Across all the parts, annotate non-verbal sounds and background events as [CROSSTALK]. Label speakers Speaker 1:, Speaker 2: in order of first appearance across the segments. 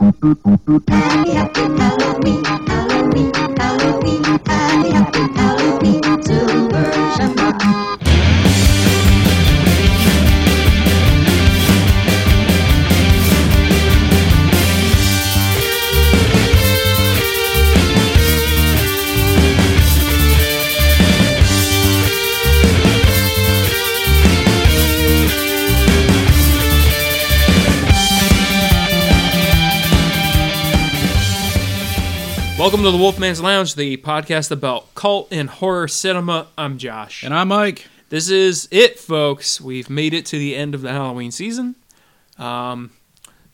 Speaker 1: Happy, happy Halloween, Halloween, Halloween. Happy, happy Halloween, Silver Shamrock.
Speaker 2: Welcome to the Wolfman's Lounge, the podcast about cult and horror cinema. I'm Josh.
Speaker 3: And I'm Mike.
Speaker 2: this is it, folks. We've made it to the end of the Halloween season. Um,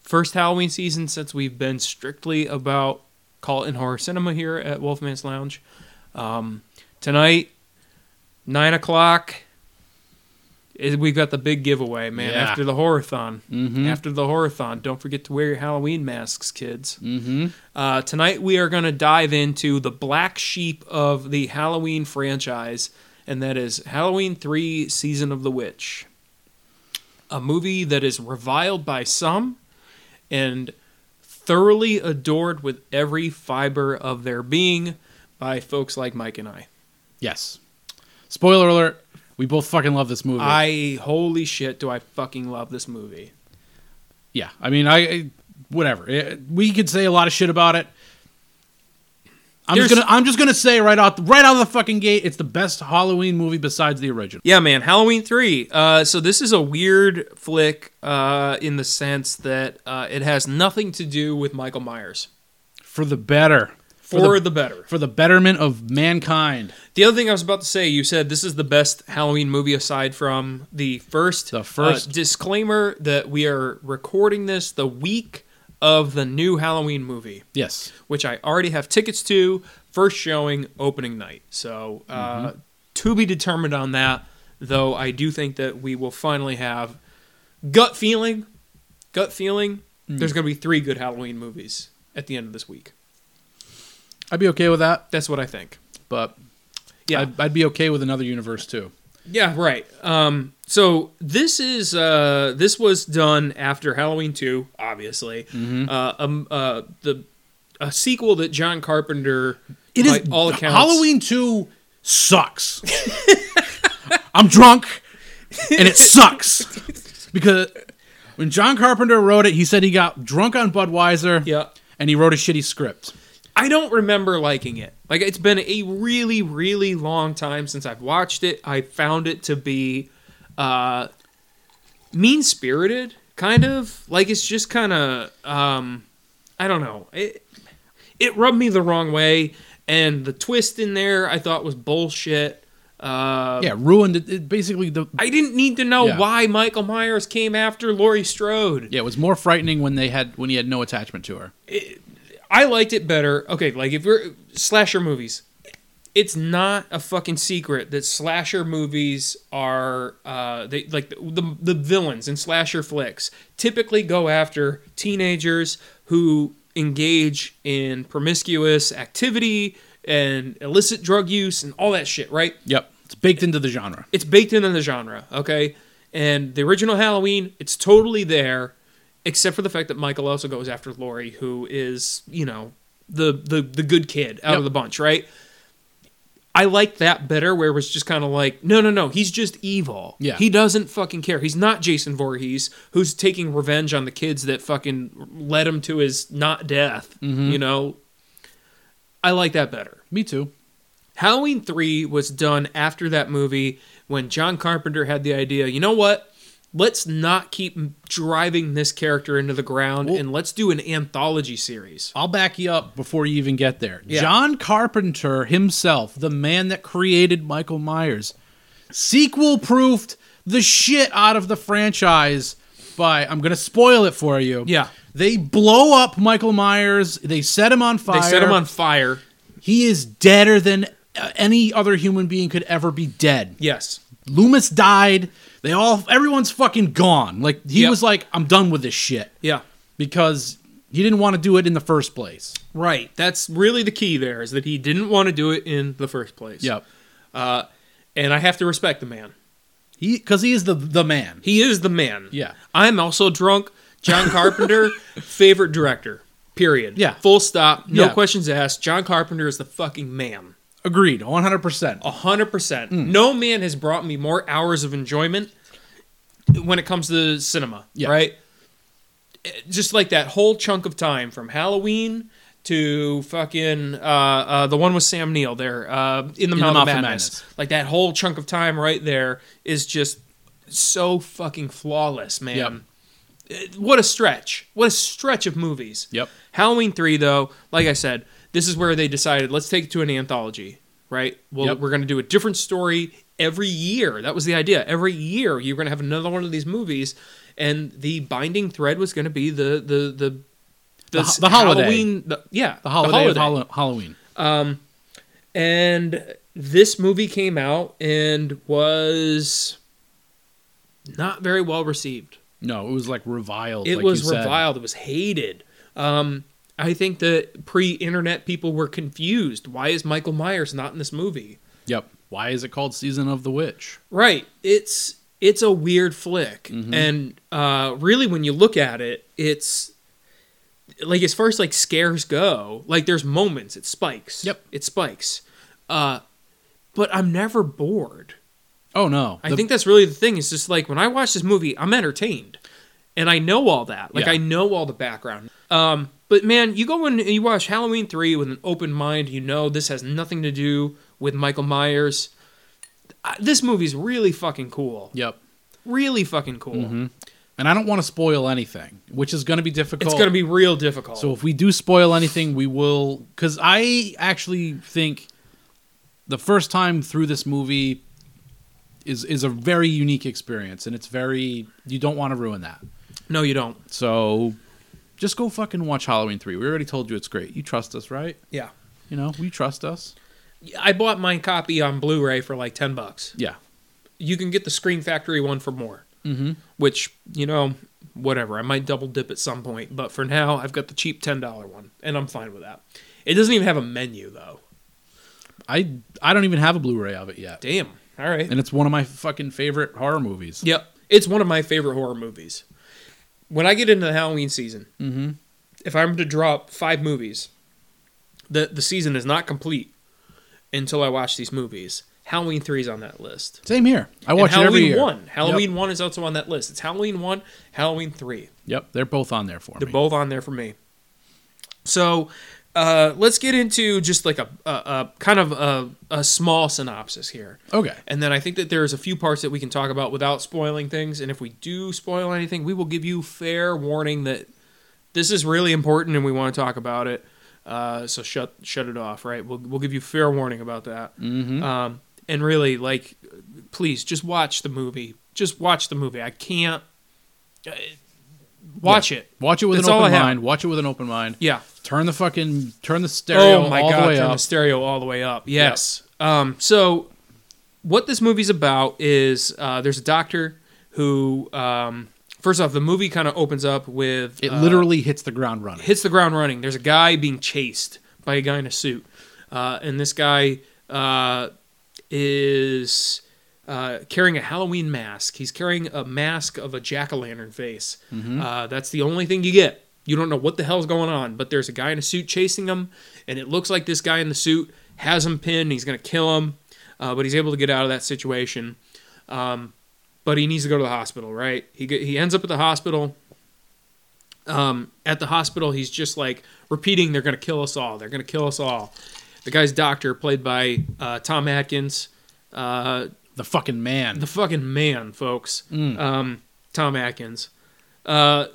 Speaker 2: first Halloween season since we've been strictly about cult and horror cinema here at Wolfman's Lounge. Um, tonight, nine o'clock. is- We've got the big giveaway, man.
Speaker 3: Yeah. Mm-hmm.
Speaker 2: After the horathon, after the horathon, don't forget to wear your Halloween masks, kids.
Speaker 3: Mm-hmm.
Speaker 2: Uh, tonight we are going to dive into the black sheep of the Halloween franchise, and that is Halloween 3 Season of the Witch. A movie that is reviled by some and thoroughly adored with every fiber of their being by folks like Mike and I.
Speaker 3: Yes. Spoiler alert: We both fucking love this movie.
Speaker 2: I, holy shit, do I fucking love this movie.
Speaker 3: yeah. I mean, I, I whatever. Eh, we could say a lot of shit about it. I'm just
Speaker 2: There's-
Speaker 3: gonna I'm just gonna say right out right out of the fucking gate, it's the best Halloween movie besides the original.
Speaker 2: Yeah, man, Halloween three. Uh, so this is a weird flick uh, in the sense that uh, it has nothing to do with Michael Myers
Speaker 3: For the better.
Speaker 2: for,
Speaker 3: For
Speaker 2: the, better.
Speaker 3: For the betterment of mankind.
Speaker 2: The other thing I was about to say, you said this is the best Halloween movie aside from the first.
Speaker 3: The first.
Speaker 2: Uh, disclaimer that we are recording this the week of the new Halloween movie,
Speaker 3: Yes.
Speaker 2: which I already have tickets to. First showing opening night. So uh, to be determined on that. Though I do think that we will finally have gut feeling, gut feeling. There's going to be three good Halloween movies at the end of this week.
Speaker 3: I'd be okay with that,
Speaker 2: That's what I think.
Speaker 3: but
Speaker 2: Yeah.
Speaker 3: I'd, I'd be okay with another universe too.
Speaker 2: Yeah, right. Um, so this is uh, this was done after Halloween two, obviously. Uh, um, uh, the a sequel that John Carpenter,
Speaker 3: It is
Speaker 2: by all accounts,
Speaker 3: Halloween two sucks. [LAUGHS] I'm drunk, and it sucks because when John Carpenter wrote it, he said he got drunk on Budweiser.
Speaker 2: Yeah,
Speaker 3: and he wrote a shitty script.
Speaker 2: I don't remember liking it. Like it's been a really, really long time since I've watched it. I found it to be uh, mean spirited, kind of. Like it's just kind of, um, I don't know. It it rubbed me the wrong way, and the twist in there I thought was bullshit. Uh,
Speaker 3: Yeah, ruined it. it basically, the
Speaker 2: I didn't need to know
Speaker 3: Yeah.
Speaker 2: why Michael Myers came after Laurie Strode.
Speaker 3: yeah it was more frightening when they had when he had no attachment to her.
Speaker 2: I liked it better. Okay, like if we're slasher movies, it's not a fucking secret that slasher movies are uh, they like the the villains in slasher flicks typically go after teenagers who engage in promiscuous activity and illicit drug use and all that shit, right?
Speaker 3: Yep, it's baked into the genre.
Speaker 2: it's baked into the genre, okay? And the original Halloween, it's totally there, except for the fact that Michael also goes after Laurie, who is, you know, the the, the good kid out of
Speaker 3: Yep.
Speaker 2: the bunch, right? I liked that better, where it was just kind of like, no, no, no, he's just evil.
Speaker 3: Yeah.
Speaker 2: He doesn't fucking care. He's not Jason Voorhees, who's taking revenge on the kids that fucking led him to his not death,
Speaker 3: Mm-hmm.
Speaker 2: you know? I like that better.
Speaker 3: Me too.
Speaker 2: Halloween 3 was done after that movie when John Carpenter had the idea, you know what? Let's not keep driving this character into the ground
Speaker 3: Well-
Speaker 2: and let's do an anthology series.
Speaker 3: I'll back you up before you even get there.
Speaker 2: Yeah.
Speaker 3: John Carpenter himself, the man that created Michael Myers, sequel proofed the shit out of the franchise by I'm going to spoil it for you.
Speaker 2: Yeah.
Speaker 3: They blow up Michael Myers, they set him on fire.
Speaker 2: They set him on fire.
Speaker 3: He is deader than uh, any other human being could ever be dead.
Speaker 2: Yes.
Speaker 3: Loomis died. They all everyone's fucking gone. Like he
Speaker 2: Yep.
Speaker 3: was like I'm done with this shit
Speaker 2: Yeah.
Speaker 3: because he didn't want to do it in the first place.
Speaker 2: Right. That's really the key there is that he didn't want to do it in the first place.
Speaker 3: Yep.
Speaker 2: And I have to respect the man.
Speaker 3: He because he is the the man.
Speaker 2: He is the man.
Speaker 3: Yeah.
Speaker 2: I'm also drunk. John
Speaker 3: [LAUGHS]
Speaker 2: Carpenter, favorite director. Period.
Speaker 3: Yeah.
Speaker 2: Full stop. No
Speaker 3: Yeah.
Speaker 2: questions asked. John Carpenter is the fucking man.
Speaker 3: Agreed, 100%.
Speaker 2: A hundred percent. No man has brought me more hours of enjoyment when it comes to cinema.
Speaker 3: Yeah.
Speaker 2: Right. It- Just like that whole chunk of time from Halloween to fucking uh, uh, the one with Sam Neill there uh, in the Mouth, of Madness. Like that whole chunk of time right there is just so fucking flawless, man.
Speaker 3: Yep.
Speaker 2: It- What a stretch! What a stretch of movies.
Speaker 3: Yep.
Speaker 2: Halloween three, though, like I said, this is where they decided let's take it to an anthology, right? Well,
Speaker 3: Yep.
Speaker 2: we're going to do a different story every year. That was the idea. Every year you're going to have another one of these movies, and the binding thread was going to be the the the
Speaker 3: The ho- the holiday.
Speaker 2: Halloween, the, yeah,
Speaker 3: The holiday, of Hall- Halloween.
Speaker 2: and this movie came out and was not very well received.
Speaker 3: No, it was like reviled.
Speaker 2: It
Speaker 3: like you
Speaker 2: was
Speaker 3: said.
Speaker 2: reviled. It was hated. Um, I think that pre-internet people were confused. Why is Michael Myers not in this movie?
Speaker 3: Yep. Why is it called Season of the Witch?
Speaker 2: Right. It's it's a weird flick,
Speaker 3: Mm-hmm.
Speaker 2: and uh, really, when you look at it, it's like as far as like scares go, like there's moments it spikes.
Speaker 3: Yep.
Speaker 2: it spikes. Uh, but I'm never bored.
Speaker 3: Oh no.
Speaker 2: I
Speaker 3: The-
Speaker 2: think that's really the thing. It's just like when I watch this movie, I'm entertained, and I know all that. Like
Speaker 3: Yeah.
Speaker 2: I know all the background. Um, but man, you go in and you watch Halloween three with an open mind. You know this has nothing to do with Michael Myers. I- This movie's really fucking cool.
Speaker 3: Yep.
Speaker 2: Really fucking cool.
Speaker 3: Mm-hmm. And I don't want to spoil anything, which is going to be difficult.
Speaker 2: It's gonna be real difficult.
Speaker 3: So if we do spoil anything, we will. Because I actually think the first time through this movie is is a very unique experience, and it's very you don't want to ruin that.
Speaker 2: no, you don't.
Speaker 3: So just go fucking watch Halloween three. We already told you it's great. You trust us, right?
Speaker 2: Yeah,
Speaker 3: You know, we trust us.
Speaker 2: I bought my copy on Blu-ray for like ten bucks.
Speaker 3: Yeah.
Speaker 2: You can get the Screen Factory one for more.
Speaker 3: Mm-hmm.
Speaker 2: which you know whatever i might double dip at some point but for now i've got the cheap $10 one and i'm fine with that it doesn't even have a menu though
Speaker 3: I I don't even have a Blu-ray of it yet,
Speaker 2: damn all right
Speaker 3: and it's one of my fucking favorite horror movies.
Speaker 2: yep it's one of my favorite horror movies when i get into the halloween season
Speaker 3: Mhm.
Speaker 2: if i'm to drop five movies the, the season is not complete until i watch these movies halloween 3 is on that list
Speaker 3: Same here. I
Speaker 2: And
Speaker 3: watch it every
Speaker 2: halloween
Speaker 3: year.
Speaker 2: 1 halloween 1 is also on that list it's halloween 1 halloween 3
Speaker 3: Yep, they're both on there for
Speaker 2: They're
Speaker 3: me.
Speaker 2: both on there for me. So uh, let's get into just like a, a, a kind of a, a small synopsis here.
Speaker 3: okay.
Speaker 2: And then I think that there's a few parts that we can talk about without spoiling things. And if we do spoil anything, we will give you fair warning that this is really important and we want to talk about it. Uh, so shut shut it off, right? We'll we'll give you fair warning about that.
Speaker 3: Mm-hmm.
Speaker 2: Um, and really, like, please just watch the movie. Just watch the movie. I can't uh, watch it.
Speaker 3: Watch it with
Speaker 2: That's
Speaker 3: an
Speaker 2: all
Speaker 3: open
Speaker 2: I have.
Speaker 3: mind. Watch it with an open mind.
Speaker 2: Yeah.
Speaker 3: Turn the fucking turn the stereo
Speaker 2: oh my
Speaker 3: all
Speaker 2: god,
Speaker 3: the way
Speaker 2: turn
Speaker 3: up.
Speaker 2: the stereo all the way up. Yes. Um, so what this movie's about is uh, there's a doctor who um, first off the movie kind of opens up with
Speaker 3: it
Speaker 2: uh,
Speaker 3: literally hits the ground running.
Speaker 2: hits the ground running. There's a guy being chased by a guy in a suit, uh, and this guy uh, is uh, carrying a Halloween mask. He's carrying a mask of a jack o' lantern face. Uh, that's the only thing you get. You don't know what the hell's going on, but there's a guy in a suit chasing him, and it looks like this guy in the suit has him pinned. He's gonna kill him, uh, but he's able to get out of that situation. Um, but he needs to go to the hospital, right? He get, he ends up at the hospital um, at the hospital, he's just like repeating, "They're gonna kill us all. They're gonna kill us all." The guy's doctor, played by uh, Tom Atkins, uh,
Speaker 3: The fucking man.
Speaker 2: the fucking man, folks.
Speaker 3: Mm.
Speaker 2: Um, Tom Atkins. Uh,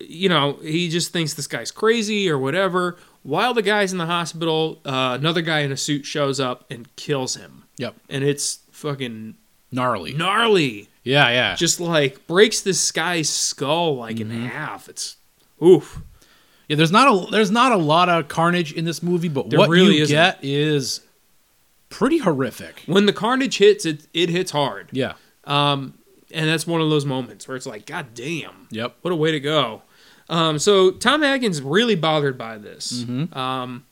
Speaker 2: you know, he just thinks this guy's crazy or whatever. While the guy's in the hospital, uh, another guy in a suit shows up and kills him,
Speaker 3: yep.
Speaker 2: and it's fucking
Speaker 3: Gnarly.
Speaker 2: gnarly
Speaker 3: Yeah, yeah.
Speaker 2: just like breaks this guy's skull like
Speaker 3: Mm-hmm.
Speaker 2: in half. It's oof.
Speaker 3: yeah. There's not a there's not a lot of carnage in this movie, but
Speaker 2: There
Speaker 3: what
Speaker 2: really
Speaker 3: you
Speaker 2: isn't.
Speaker 3: get is pretty horrific.
Speaker 2: When the carnage hits, it it hits hard.
Speaker 3: Yeah.
Speaker 2: Um, and that's one of those moments where it's like, God damn,
Speaker 3: Yep.
Speaker 2: what a way to go. Um, so Tom Atkins really bothered by this. Um,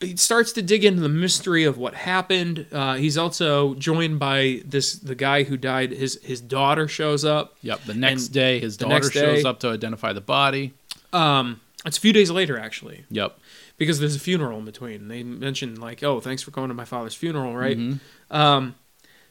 Speaker 2: he starts to dig into the mystery of what happened. Uh, he's also joined by this the guy who died. His his daughter shows up.
Speaker 3: Yep. The next
Speaker 2: And
Speaker 3: day, his
Speaker 2: the
Speaker 3: daughter
Speaker 2: next
Speaker 3: shows
Speaker 2: day-
Speaker 3: up to identify the body.
Speaker 2: Um, it's a few days later actually,
Speaker 3: Yep.
Speaker 2: because there's a funeral in between. They mentioned like, oh, thanks for going to my father's funeral, right?
Speaker 3: Mhm.
Speaker 2: Um,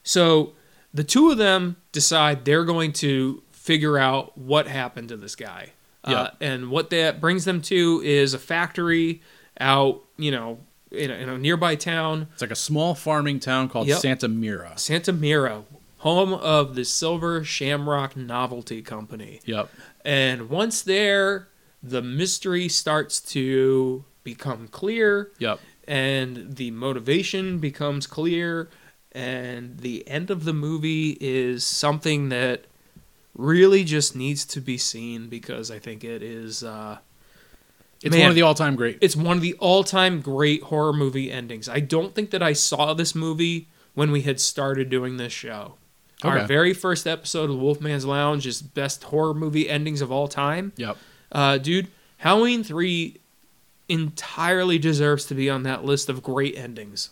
Speaker 2: so the two of them decide they're going to figure out what happened to this guy. Uh, and what that brings them to is a factory out, you know, in a, in a nearby town,
Speaker 3: It's like a small farming town called
Speaker 2: Yep.
Speaker 3: Santa Mira.
Speaker 2: Santa Mira, home of the Silver Shamrock Novelty Company.
Speaker 3: Yep.
Speaker 2: And once there, the mystery starts to become clear
Speaker 3: Yep.
Speaker 2: and the motivation becomes clear and the end of the movie is something that really just needs to be seen because i think it is uh
Speaker 3: It's
Speaker 2: Man.
Speaker 3: one of the all-time great.
Speaker 2: it's one of the all-time great horror movie endings i don't think that i saw this movie when we had started doing this show our
Speaker 3: Okay.
Speaker 2: very first episode of wolfman's lounge is best horror movie endings of all time
Speaker 3: Yep.
Speaker 2: uh, dude, Halloween 3 entirely deserves to be on that list of great endings.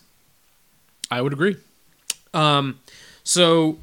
Speaker 3: I would agree.
Speaker 2: Um, so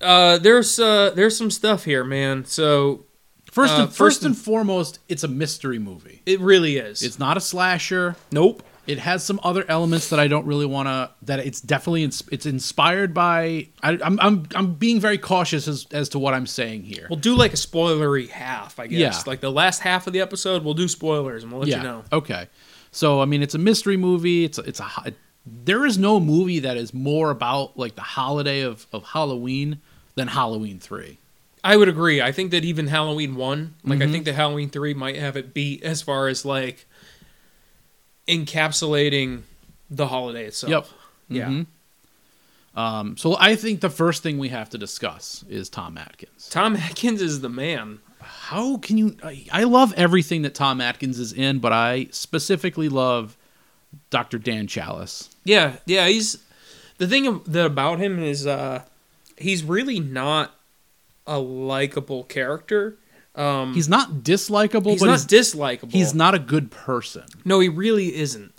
Speaker 2: uh, there's uh, there's some stuff here, man. So
Speaker 3: First,
Speaker 2: Uh,
Speaker 3: and,
Speaker 2: first
Speaker 3: first, and foremost, it's a mystery movie.
Speaker 2: it really is.
Speaker 3: It's not a slasher.
Speaker 2: nope.
Speaker 3: It has some other elements that I don't really want to. That it's definitely ins- it's inspired by. I, I'm I'm I'm being very cautious as as to what I'm saying here.
Speaker 2: We'll do like a spoilery half, I guess.
Speaker 3: Yeah.
Speaker 2: Like the last half of the episode, we'll do spoilers and we'll let you know.
Speaker 3: Okay. So I mean, it's a mystery movie. It's a, it's a ho- there is no movie that is more about like the holiday of of Halloween than Halloween three.
Speaker 2: I would agree. I think that even Halloween one, like
Speaker 3: Mm-hmm.
Speaker 2: I think that Halloween three might have it beat as far as like encapsulating the holiday itself.
Speaker 3: Yep.
Speaker 2: Yeah.
Speaker 3: Mhm. Um, so I think the first thing we have to discuss is Tom Atkins.
Speaker 2: Tom Atkins is the man.
Speaker 3: How can you? I, I love everything that Tom Atkins is in, but I specifically love Dr. Dan Chalice.
Speaker 2: Yeah, yeah, he's the thing ab- that about him is uh he's really not a likable character. Um he's,
Speaker 3: He's not dislikable, but
Speaker 2: not
Speaker 3: he's,
Speaker 2: dislikable.
Speaker 3: he's not a good person.
Speaker 2: No, he really isn't.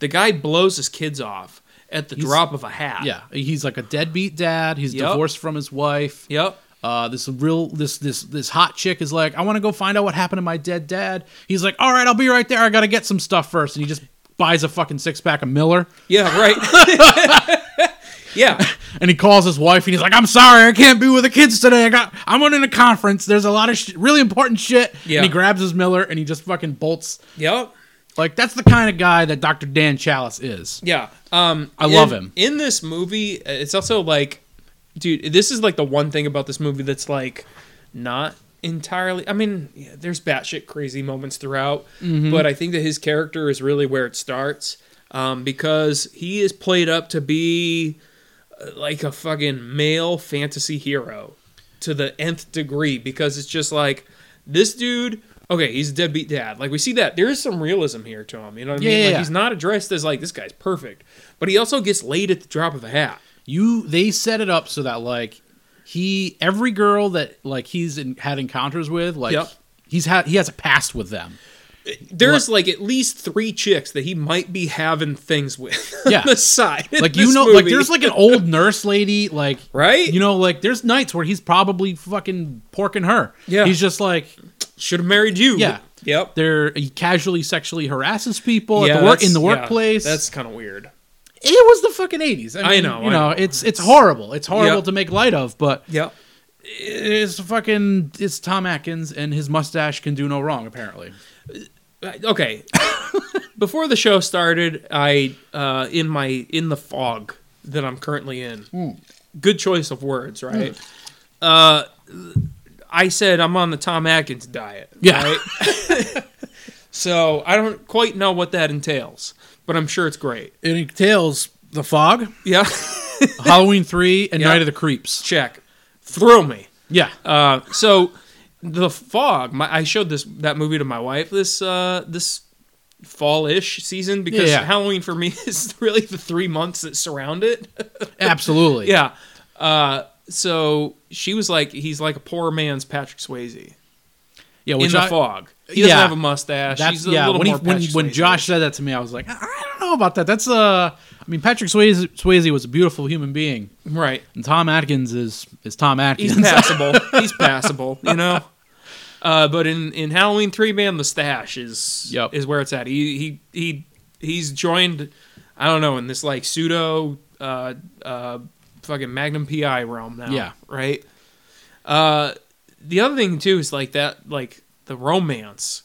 Speaker 2: The guy blows his kids off at the
Speaker 3: He's-
Speaker 2: drop of a hat.
Speaker 3: Yeah, he's like a deadbeat dad. He's
Speaker 2: Yep.
Speaker 3: divorced from his wife.
Speaker 2: Yep.
Speaker 3: Uh, this real this this this hot chick is like, I want to go find out what happened to my dead dad. He's like, all right, I'll be right there. I gotta get some stuff first, and he just buys a fucking six pack of Miller,
Speaker 2: Yeah, right.
Speaker 3: [LAUGHS]
Speaker 2: [LAUGHS] yeah.
Speaker 3: and he calls his wife, and he's like, I'm sorry, I can't be with the kids today. I got I'm on in a conference. There's a lot of sh- really important shit.
Speaker 2: Yeah.
Speaker 3: And he grabs his Miller, and he just fucking bolts.
Speaker 2: Yep.
Speaker 3: Like that's the kind of guy that Dr. Dan Chalice is.
Speaker 2: Yeah. Um
Speaker 3: I
Speaker 2: in-
Speaker 3: love him.
Speaker 2: In this movie, uh, it's also like dude, this is like the one thing about this movie that's like not entirely I mean, yeah, there's batshit crazy moments throughout,
Speaker 3: Mm-hmm.
Speaker 2: but I think that his character is really where it starts um because he is played up to be uh, like a fucking male fantasy hero to the nth degree because it's just like this dude okay he's a deadbeat dad like we see that there is some realism here to him you know what i
Speaker 3: Yeah,
Speaker 2: mean
Speaker 3: yeah,
Speaker 2: like
Speaker 3: yeah.
Speaker 2: he's not addressed as like this guy's perfect but he also gets laid at the drop of a hat
Speaker 3: you they set it up so that like he every girl that like he's in, had encounters with like
Speaker 2: Yep.
Speaker 3: he's had he has a past with them
Speaker 2: there's like at least three chicks that he might be having things with [LAUGHS]
Speaker 3: Yeah.
Speaker 2: on the side [LAUGHS] in
Speaker 3: like you
Speaker 2: this
Speaker 3: know like
Speaker 2: movie.
Speaker 3: there's like an old nurse lady like
Speaker 2: Right?
Speaker 3: you know like there's nights where he's probably fucking porking her
Speaker 2: Yeah.
Speaker 3: he's just like
Speaker 2: should have married you
Speaker 3: Yeah.
Speaker 2: yep
Speaker 3: they're he casually sexually harasses people at
Speaker 2: Yeah,
Speaker 3: the work in
Speaker 2: that's-
Speaker 3: the
Speaker 2: yeah,
Speaker 3: workplace
Speaker 2: that's kind of weird
Speaker 3: it was the fucking 80s
Speaker 2: I
Speaker 3: mean,
Speaker 2: know,
Speaker 3: you
Speaker 2: I
Speaker 3: know
Speaker 2: know.
Speaker 3: it's it's horrible it's horrible
Speaker 2: Yep.
Speaker 3: to make light of but
Speaker 2: yep
Speaker 3: it's fucking it's Tom Atkins and his mustache can do no wrong apparently
Speaker 2: Uh,
Speaker 3: [LAUGHS]
Speaker 2: okay before the show started i uh in my in the fog that i'm currently in
Speaker 3: Hmm.
Speaker 2: good choice of words right uh i said i'm on the tom atkins diet
Speaker 3: Yeah.
Speaker 2: right? so i don't quite know what that entails but i'm sure it's great
Speaker 3: It entails The Fog,
Speaker 2: yeah [LAUGHS]
Speaker 3: Halloween 3, and
Speaker 2: Yeah.
Speaker 3: Night of the Creeps.
Speaker 2: check thrill me
Speaker 3: Yeah.
Speaker 2: Uh, so the fog. My, I showed this that movie to my wife this uh, this fall-ish season because
Speaker 3: Yeah, yeah.
Speaker 2: Halloween for me [LAUGHS] is really the three months that surround it.
Speaker 3: Absolutely.
Speaker 2: yeah. Uh, so she was like, he's like a poor man's Patrick Swayze
Speaker 3: Yeah,
Speaker 2: in
Speaker 3: which
Speaker 2: the
Speaker 3: I-
Speaker 2: fog. He doesn't
Speaker 3: yeah.
Speaker 2: have a mustache.
Speaker 3: That's,
Speaker 2: He's a
Speaker 3: yeah,
Speaker 2: little
Speaker 3: when, he,
Speaker 2: more
Speaker 3: when,
Speaker 2: Patrick
Speaker 3: when
Speaker 2: Swayze.
Speaker 3: Josh said that to me, I was like, I don't know about that. That's uh, I mean, Patrick Swayze, Swayze was a beautiful human being,
Speaker 2: Right.
Speaker 3: and Tom Atkins is is Tom
Speaker 2: He's
Speaker 3: Atkins.
Speaker 2: passable. He's passable, you
Speaker 3: [LAUGHS]
Speaker 2: know. Uh, but in, in Halloween three, man, the stash is
Speaker 3: Yep.
Speaker 2: is where it's at. He he he he's joined. I don't know in this like pseudo uh, uh, fucking Magnum PI realm now.
Speaker 3: Yeah.
Speaker 2: right. Uh, the other thing too is like that like the romance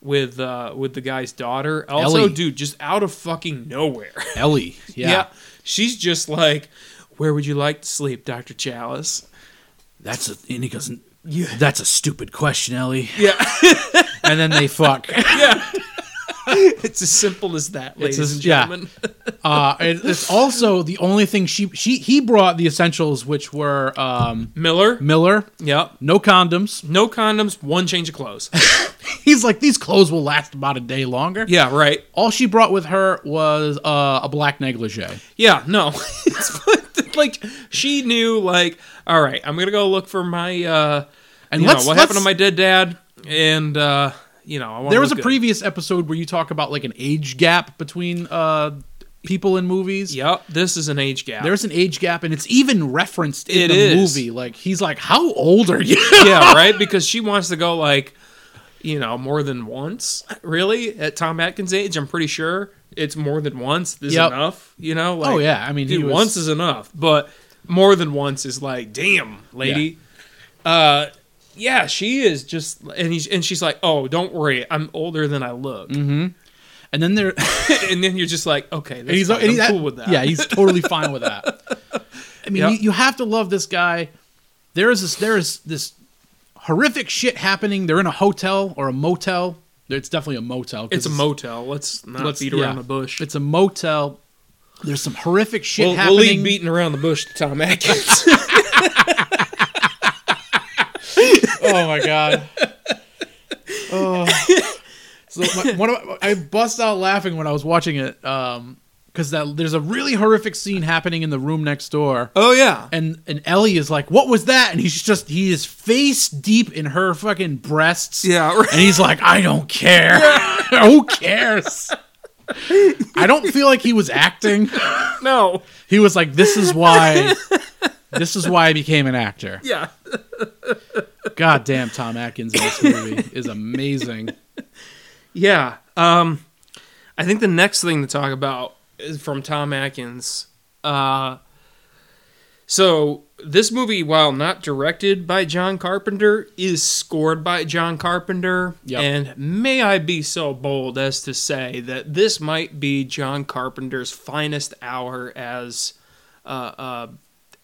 Speaker 2: with uh, with the guy's daughter. Also,
Speaker 3: Ellie.
Speaker 2: dude, just out of fucking nowhere.
Speaker 3: [LAUGHS]
Speaker 2: [LAUGHS]
Speaker 3: Ellie, yeah,
Speaker 2: she's just like, where would you like to sleep, Doctor Chalice?
Speaker 3: that's a and he goes,
Speaker 2: Yeah.
Speaker 3: that's a stupid question, Ellie.
Speaker 2: [LAUGHS] Yeah.
Speaker 3: And then they fuck. [LAUGHS]
Speaker 2: It's as simple as that, ladies
Speaker 3: as-
Speaker 2: and
Speaker 3: yeah.
Speaker 2: gentlemen.
Speaker 3: Uh, it, it's also the only thing she she he brought the essentials, which were um,
Speaker 2: [LAUGHS] Miller.
Speaker 3: Miller,
Speaker 2: Yep.
Speaker 3: no condoms. [LAUGHS]
Speaker 2: No condoms, one change of [LAUGHS] clothes.
Speaker 3: He's like these clothes will last about a day longer.
Speaker 2: yeah, right.
Speaker 3: All she brought with her was uh, a black negligee.
Speaker 2: Yeah, no. [LAUGHS] It's like she knew like, all right, I'm going to go look for my uh
Speaker 3: And
Speaker 2: you
Speaker 3: let's-
Speaker 2: know, what happened
Speaker 3: let's-
Speaker 2: to my dead dad and uh you know, I want
Speaker 3: There was a previous episode where you talk about like an age gap between uh, people in movies.
Speaker 2: Yep, this is an age gap.
Speaker 3: There's an age gap, and it's even referenced in
Speaker 2: It
Speaker 3: the
Speaker 2: is.
Speaker 3: movie. Like he's like, "How old are you?" [LAUGHS]
Speaker 2: yeah, right? Because she wants to go like, you know, more than once. Really, at Tom Atkins' age, I'm pretty sure it's more than once is
Speaker 3: Yep.
Speaker 2: enough. You know, like,
Speaker 3: Oh, yeah, I mean, he
Speaker 2: dude,
Speaker 3: was-
Speaker 2: once is enough, but more than once is like, damn, lady. Uh, yeah, she is just, and he's, and she's like, oh, don't worry, I'm older than I look.
Speaker 3: Mm-hmm. And then there,
Speaker 2: [LAUGHS] and then you're just like, okay, that's [LAUGHS]
Speaker 3: and he's,
Speaker 2: fine.
Speaker 3: and he's
Speaker 2: I'm cool with that.
Speaker 3: Yeah, he's totally fine
Speaker 2: [LAUGHS]
Speaker 3: with that. I mean,
Speaker 2: Yep.
Speaker 3: you, you have to love this guy. There is this, there is this horrific shit happening. They're in a hotel or a motel. It's definitely a motel. 'cause
Speaker 2: it's a motel. Let's not
Speaker 3: let's-
Speaker 2: beat around
Speaker 3: yeah.
Speaker 2: the bush.
Speaker 3: It's a motel. There's some horrific shit
Speaker 2: we'll, we'll
Speaker 3: happening.
Speaker 2: leave beating around the bush to Tom Atkins.
Speaker 3: oh my god. Oh. So my, one of my- I bust out laughing when I was watching it because that there's a really horrific scene happening in the room next door,
Speaker 2: [LAUGHS] oh yeah,
Speaker 3: and and Ellie is like, "What was that?" And he's just he is face deep in her fucking breasts.
Speaker 2: Yeah, right.
Speaker 3: and he's like, "I don't care. [LAUGHS] Who cares?" I don't feel like he was acting.
Speaker 2: no,
Speaker 3: He was like, "This is why." This is why I became an actor.
Speaker 2: yeah.
Speaker 3: God damn, Tom Atkins in this movie is amazing.
Speaker 2: Yeah. Um, I think the next thing to talk about is from Tom Atkins. Uh, so this movie, while not directed by John Carpenter, is scored by John Carpenter.
Speaker 3: Yep.
Speaker 2: And may I be so bold as to say that this might be John Carpenter's finest hour as uh, uh,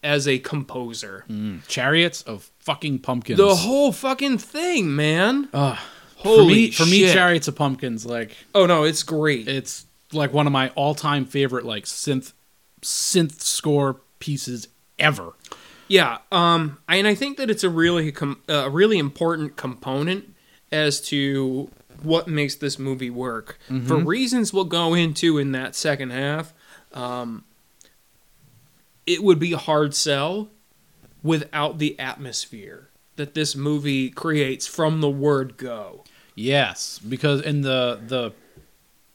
Speaker 2: as a composer.
Speaker 3: Mm. Chariots of fucking pumpkins.
Speaker 2: The whole fucking thing, man.
Speaker 3: Ugh.
Speaker 2: Holy
Speaker 3: for me, for me,
Speaker 2: shit.
Speaker 3: chariots of pumpkins. Like
Speaker 2: Oh no, it's great.
Speaker 3: it's like one of my all-time favorite like synth synth score pieces ever.
Speaker 2: Yeah, um, I- and I think that it's a really com- uh, a really important component as to what makes this movie work for reasons we'll go into in that second half. Um, it would be a hard sell without the atmosphere that this movie creates from the word go.
Speaker 3: Yes, because in the the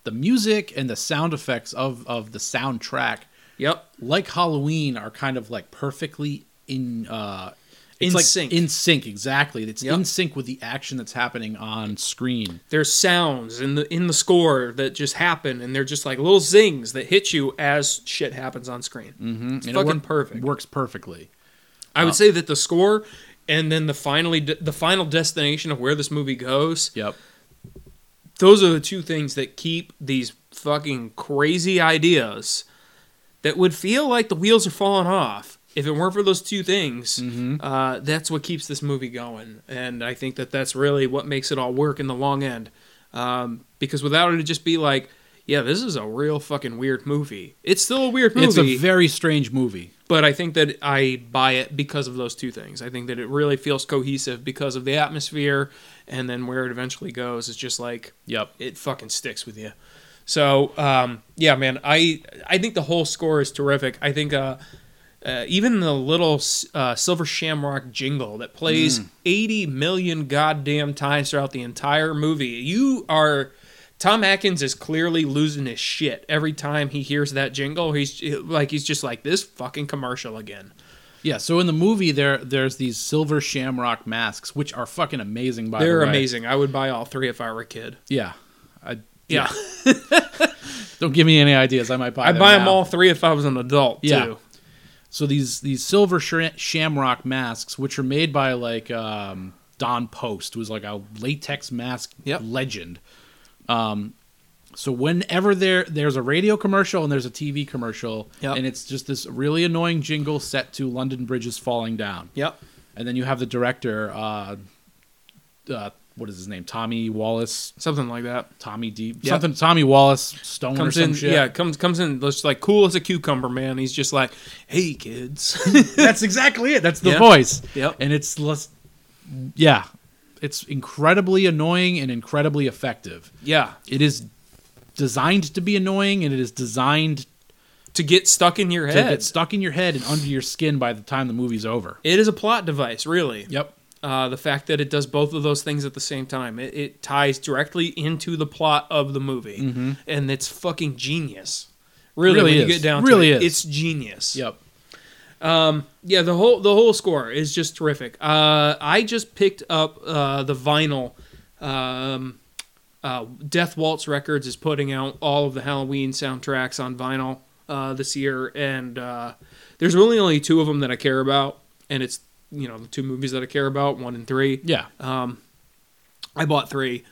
Speaker 3: the music and the sound effects of of the soundtrack,
Speaker 2: Yep.
Speaker 3: like Halloween, are kind of like perfectly in. uh
Speaker 2: In
Speaker 3: it's like
Speaker 2: sync.
Speaker 3: In sync, exactly. It's
Speaker 2: Yep.
Speaker 3: in sync with the action that's happening on screen.
Speaker 2: There's sounds in the in the score that just happen, and they're just like little zings that hit you as shit happens on screen. Mm-hmm. It's
Speaker 3: And it
Speaker 2: fucking
Speaker 3: wor-
Speaker 2: perfect.
Speaker 3: Works perfectly.
Speaker 2: I would say that the score and then the finally the final destination of where this movie goes.
Speaker 3: Yep.
Speaker 2: Those are the two things that keep these fucking crazy ideas that would feel like the wheels are falling off if it weren't for those two things.
Speaker 3: Mm-hmm.
Speaker 2: Uh, that's what keeps this movie going, and I think that that's really what makes it all work in the long end. Um, because without it, it'd just be like, yeah, this is a real fucking weird movie. It's still a weird movie
Speaker 3: It's a very strange movie.
Speaker 2: but I think that I buy it because of those two things. I think that it really feels cohesive because of the atmosphere, and then where it eventually goes is just like
Speaker 3: Yep.
Speaker 2: it fucking sticks with you. So um, yeah, man, I I think the whole score is terrific. I think uh, uh, even the little uh, Silver Shamrock jingle that
Speaker 3: Mm.
Speaker 2: plays eighty million goddamn times throughout the entire movie. You are Tom Atkins is clearly losing his shit every time he hears that jingle. He's like, he's just like this fucking commercial again.
Speaker 3: Yeah, so in the movie there there's these silver shamrock masks, which are fucking amazing by
Speaker 2: They're
Speaker 3: the way.
Speaker 2: amazing. I would buy all three if I were a kid.
Speaker 3: Yeah. I
Speaker 2: Yeah,
Speaker 3: don't give me any ideas. I might
Speaker 2: [LAUGHS]
Speaker 3: buy
Speaker 2: I
Speaker 3: them
Speaker 2: buy them
Speaker 3: now.
Speaker 2: all three if I was an adult
Speaker 3: Yeah.
Speaker 2: too.
Speaker 3: So these these silver sh- shamrock masks, which are made by like um, Don Post, who's like a latex mask
Speaker 2: Yep.
Speaker 3: legend. Um, so whenever there there's a radio commercial and there's a TV commercial,
Speaker 2: Yep.
Speaker 3: and it's just this really annoying jingle set to London Bridge is falling down,
Speaker 2: Yep.
Speaker 3: and then you have the director, uh, uh, what is his name, Tommy Wallace,
Speaker 2: Something like that.
Speaker 3: Tommy D,
Speaker 2: Yep.
Speaker 3: something, Tommy Wallace Stone
Speaker 2: Comes
Speaker 3: or some
Speaker 2: in,
Speaker 3: shit.
Speaker 2: yeah. Comes comes in. Looks like cool as a cucumber, man. He's just like, hey kids.
Speaker 3: [LAUGHS] That's exactly it. That's the
Speaker 2: Yeah.
Speaker 3: voice.
Speaker 2: Yep.
Speaker 3: And it's less, yeah, it's incredibly annoying and incredibly effective.
Speaker 2: yeah,
Speaker 3: It is designed to be annoying, and it is designed
Speaker 2: to get stuck in your
Speaker 3: to
Speaker 2: head.
Speaker 3: get stuck in your head and under your skin by the time the movie's over.
Speaker 2: It is a plot device, really.
Speaker 3: Yep.
Speaker 2: Uh, the fact that it does both of those things at the same time, it, it ties directly into the plot of the movie, and it's fucking genius. Really,
Speaker 3: Mm-hmm. Really
Speaker 2: when you
Speaker 3: is.
Speaker 2: get down
Speaker 3: Really
Speaker 2: to it,
Speaker 3: is.
Speaker 2: it's genius.
Speaker 3: Yep.
Speaker 2: Yeah, the whole the whole score is just terrific. Uh, I just picked up uh, the vinyl. Um, uh, Death Waltz Records is putting out all of the Halloween soundtracks on vinyl uh, this year, and uh, there's really only two of them that I care about, and it's you know the two movies that I care about, one and three.
Speaker 3: Yeah.
Speaker 2: I bought three,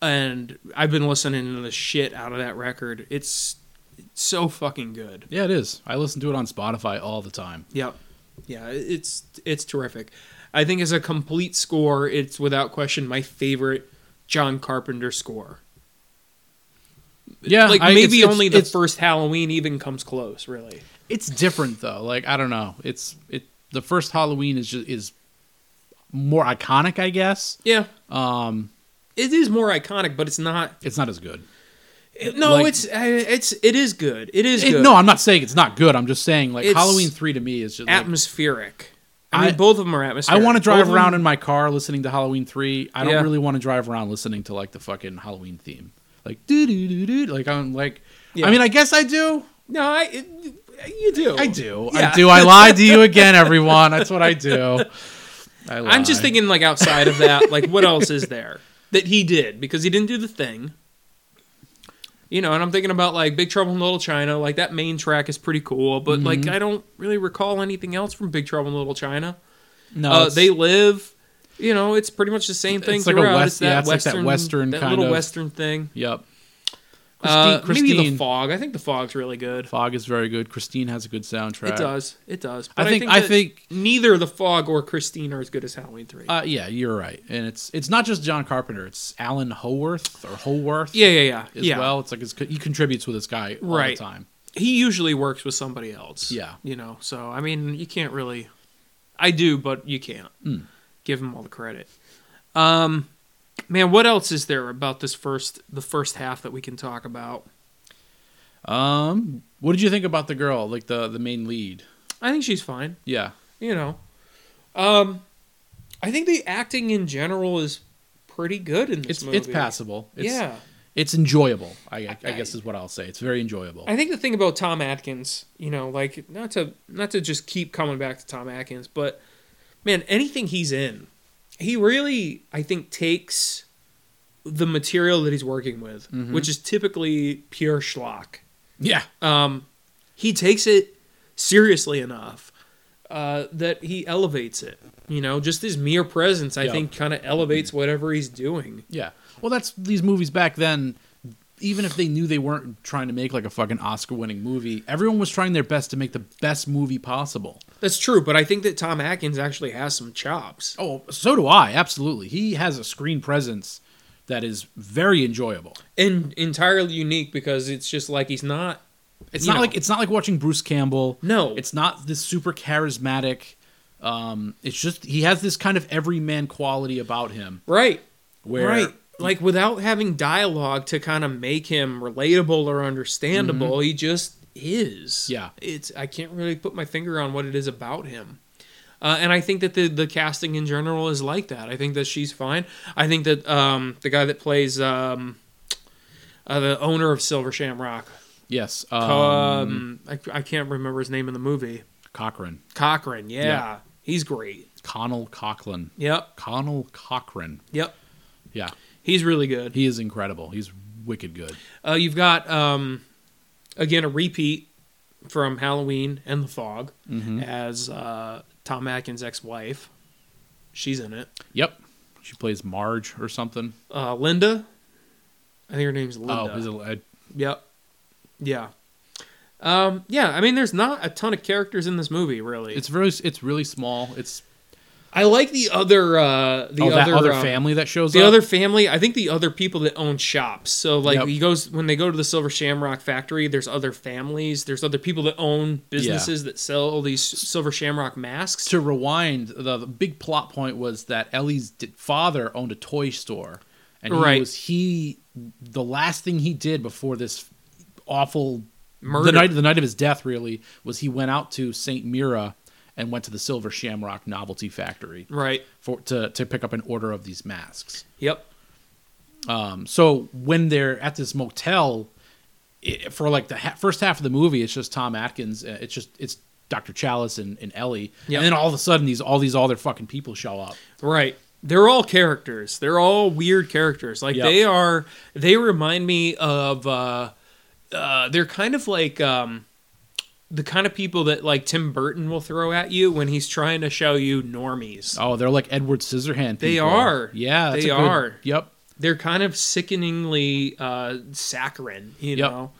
Speaker 2: and I've been listening to the shit out of that record. It's, it's so fucking good.
Speaker 3: yeah, it is. I listen to it on Spotify all the time.
Speaker 2: Yep. Yeah, it's it's terrific. I think as a complete score, it's without question my favorite John Carpenter score.
Speaker 3: Yeah.
Speaker 2: Like
Speaker 3: I-
Speaker 2: maybe
Speaker 3: it's-
Speaker 2: only the
Speaker 3: it's,
Speaker 2: first Halloween even comes close, really.
Speaker 3: It's different though. Like I don't know. It's it. The first Halloween is just is more iconic, I guess.
Speaker 2: Yeah.
Speaker 3: Um,
Speaker 2: It is more iconic, but it's not.
Speaker 3: it's not as good.
Speaker 2: it- no,
Speaker 3: Like-
Speaker 2: it's uh, it's it is good. It is
Speaker 3: It-
Speaker 2: good.
Speaker 3: no, I'm not saying it's not good. I'm just saying like
Speaker 2: It's
Speaker 3: Halloween three to me is just. Like,
Speaker 2: atmospheric. I, mean,
Speaker 3: I-
Speaker 2: both of them are atmospheric.
Speaker 3: I want to drive
Speaker 2: Both of
Speaker 3: around
Speaker 2: them-
Speaker 3: in my car listening to Halloween three. I don't
Speaker 2: Yeah.
Speaker 3: really want to drive around listening to like the fucking Halloween theme. Like do do do do. Like I'm like.
Speaker 2: Yeah.
Speaker 3: I mean, I guess I do.
Speaker 2: No, I it, you do.
Speaker 3: I do.
Speaker 2: Yeah.
Speaker 3: I do. I lied to
Speaker 2: [LAUGHS]
Speaker 3: you again, everyone. That's what I do. I lie.
Speaker 2: I'm just thinking like outside of that, like what else is there that he did because he didn't do the thing. You know, and I'm thinking about like Big Trouble in Little China, like that main track is pretty cool, but like
Speaker 3: Mm-hmm.
Speaker 2: I don't really recall anything else from Big Trouble in Little China.
Speaker 3: No,
Speaker 2: Uh,
Speaker 3: Oh, it's-
Speaker 2: they live, you know, it's pretty much the same thing
Speaker 3: It's like a
Speaker 2: throughout.
Speaker 3: West-
Speaker 2: it's that
Speaker 3: yeah, it's like that
Speaker 2: western,
Speaker 3: Western
Speaker 2: that
Speaker 3: kind
Speaker 2: little
Speaker 3: of-
Speaker 2: western thing.
Speaker 3: Yep.
Speaker 2: Uh,
Speaker 3: Christine.
Speaker 2: Maybe the
Speaker 3: Christine.
Speaker 2: fog. I think the fog's really good.
Speaker 3: Fog is very good. Christine has a good soundtrack.
Speaker 2: It does. It does.
Speaker 3: I
Speaker 2: But
Speaker 3: think- I
Speaker 2: that
Speaker 3: think-
Speaker 2: neither the fog or Christine are as good as Halloween three.
Speaker 3: Uh, yeah, you're right, and it's it's not just John Carpenter. It's Alan Howarth or Howarth.
Speaker 2: yeah, yeah, yeah,
Speaker 3: as
Speaker 2: yeah.
Speaker 3: well. It's like his, he contributes with this guy all
Speaker 2: Right.
Speaker 3: the time.
Speaker 2: he usually works with somebody else.
Speaker 3: Yeah.
Speaker 2: You know, so I mean, you can't really. I do, but you can't
Speaker 3: Hmm.
Speaker 2: give him all the credit. Um, man, what else is there about this first the first half that we can talk about?
Speaker 3: Um, what did you think about the girl, like the the main lead?
Speaker 2: I think she's fine.
Speaker 3: Yeah,
Speaker 2: You know, um, I think the acting in general is pretty good in this
Speaker 3: it's
Speaker 2: movie.
Speaker 3: it's passable. It's,
Speaker 2: yeah,
Speaker 3: it's enjoyable. I, I, I guess is what I'll say. It's very enjoyable.
Speaker 2: I think the thing about Tom Atkins, you know, like not to not to just keep coming back to Tom Atkins, but man, anything he's in, he really I think takes the material that he's working with, which is typically pure schlock.
Speaker 3: yeah,
Speaker 2: Um, he takes it seriously enough uh, that he elevates it. You know, just his mere presence, I
Speaker 3: Yeah.
Speaker 2: think, kind of elevates whatever he's doing.
Speaker 3: yeah. Well, that's these movies back then. Even if they knew they weren't trying to make like a fucking Oscar-winning movie, everyone was trying their best to make the best movie possible.
Speaker 2: That's true, but I think that Tom Atkins actually has some chops.
Speaker 3: Oh, so do I. Absolutely, he has a screen presence that is very enjoyable.
Speaker 2: and entirely unique because it's just like he's not
Speaker 3: It's
Speaker 2: you
Speaker 3: not
Speaker 2: know.
Speaker 3: like it's not like watching Bruce Campbell.
Speaker 2: No.
Speaker 3: it's not this super charismatic. Um, it's just he has this kind of everyman quality about him,
Speaker 2: right
Speaker 3: where
Speaker 2: right like without having dialogue to kind of make him relatable or understandable he just is
Speaker 3: Mm-hmm. Yeah.
Speaker 2: it's i can't really put my finger on what it is about him uh, and I think that the, the casting in general is like that. I think that she's fine. I think that um, the guy that plays um, uh, the owner of Silver Shamrock.
Speaker 3: Yes.
Speaker 2: Um,
Speaker 3: Um,
Speaker 2: I, I can't remember his name in the movie.
Speaker 3: Cochran.
Speaker 2: Cochran, yeah,
Speaker 3: Yeah.
Speaker 2: he's great.
Speaker 3: Connell Cochran.
Speaker 2: Yep,
Speaker 3: Connell Cochran.
Speaker 2: yep,
Speaker 3: Yeah.
Speaker 2: he's really good.
Speaker 3: He is incredible. He's wicked good.
Speaker 2: Uh, you've got um, again a repeat from Halloween and the Fog
Speaker 3: Mm-hmm.
Speaker 2: as uh, Tom Atkins' ex-wife. She's in it.
Speaker 3: Yep. She plays Marge or something.
Speaker 2: Uh, Linda, I think her name's Linda.
Speaker 3: Oh, is it, I,
Speaker 2: Yep. Yeah. Um, yeah, I mean, there's not a ton of characters in this movie, really.
Speaker 3: it's really it's really small. It's
Speaker 2: I like the other, uh, the
Speaker 3: oh,
Speaker 2: other,
Speaker 3: that other
Speaker 2: um,
Speaker 3: family that shows
Speaker 2: the
Speaker 3: up.
Speaker 2: other family. I think the other people that own shops. So like,
Speaker 3: Yep.
Speaker 2: he goes when they go to the Silver Shamrock Factory. There's other families. There's other people that own businesses that sell these Silver Shamrock masks.
Speaker 3: to rewind, the, the big plot point was that Ellie's d- father owned a toy store, and he
Speaker 2: Right.
Speaker 3: was he the last thing he did before this awful
Speaker 2: Murder.
Speaker 3: the night the night of his death really was he went out to Saint Mira and went to the Silver Shamrock Novelty Factory
Speaker 2: Right.
Speaker 3: for to to pick up an order of these masks.
Speaker 2: Yep.
Speaker 3: Um, so when they're at this motel, it, for like the ha- first half of the movie, it's just Tom Atkins. uh, It's just it's Dr. Chalice and, and Ellie,
Speaker 2: Yep.
Speaker 3: and then all of a sudden these all these other fucking people show up.
Speaker 2: Right. They're all characters. They're all weird characters. Like
Speaker 3: Yep.
Speaker 2: they are. They remind me of. Uh, uh, they're kind of like um, the kind of people that like Tim Burton will throw at you when he's trying to show you normies.
Speaker 3: Oh, they're like Edward Scissorhand.
Speaker 2: They
Speaker 3: people.
Speaker 2: are.
Speaker 3: Yeah, that's
Speaker 2: They
Speaker 3: a good-
Speaker 2: are.
Speaker 3: Yep.
Speaker 2: They're kind of sickeningly uh, saccharine. You
Speaker 3: Yep.
Speaker 2: know.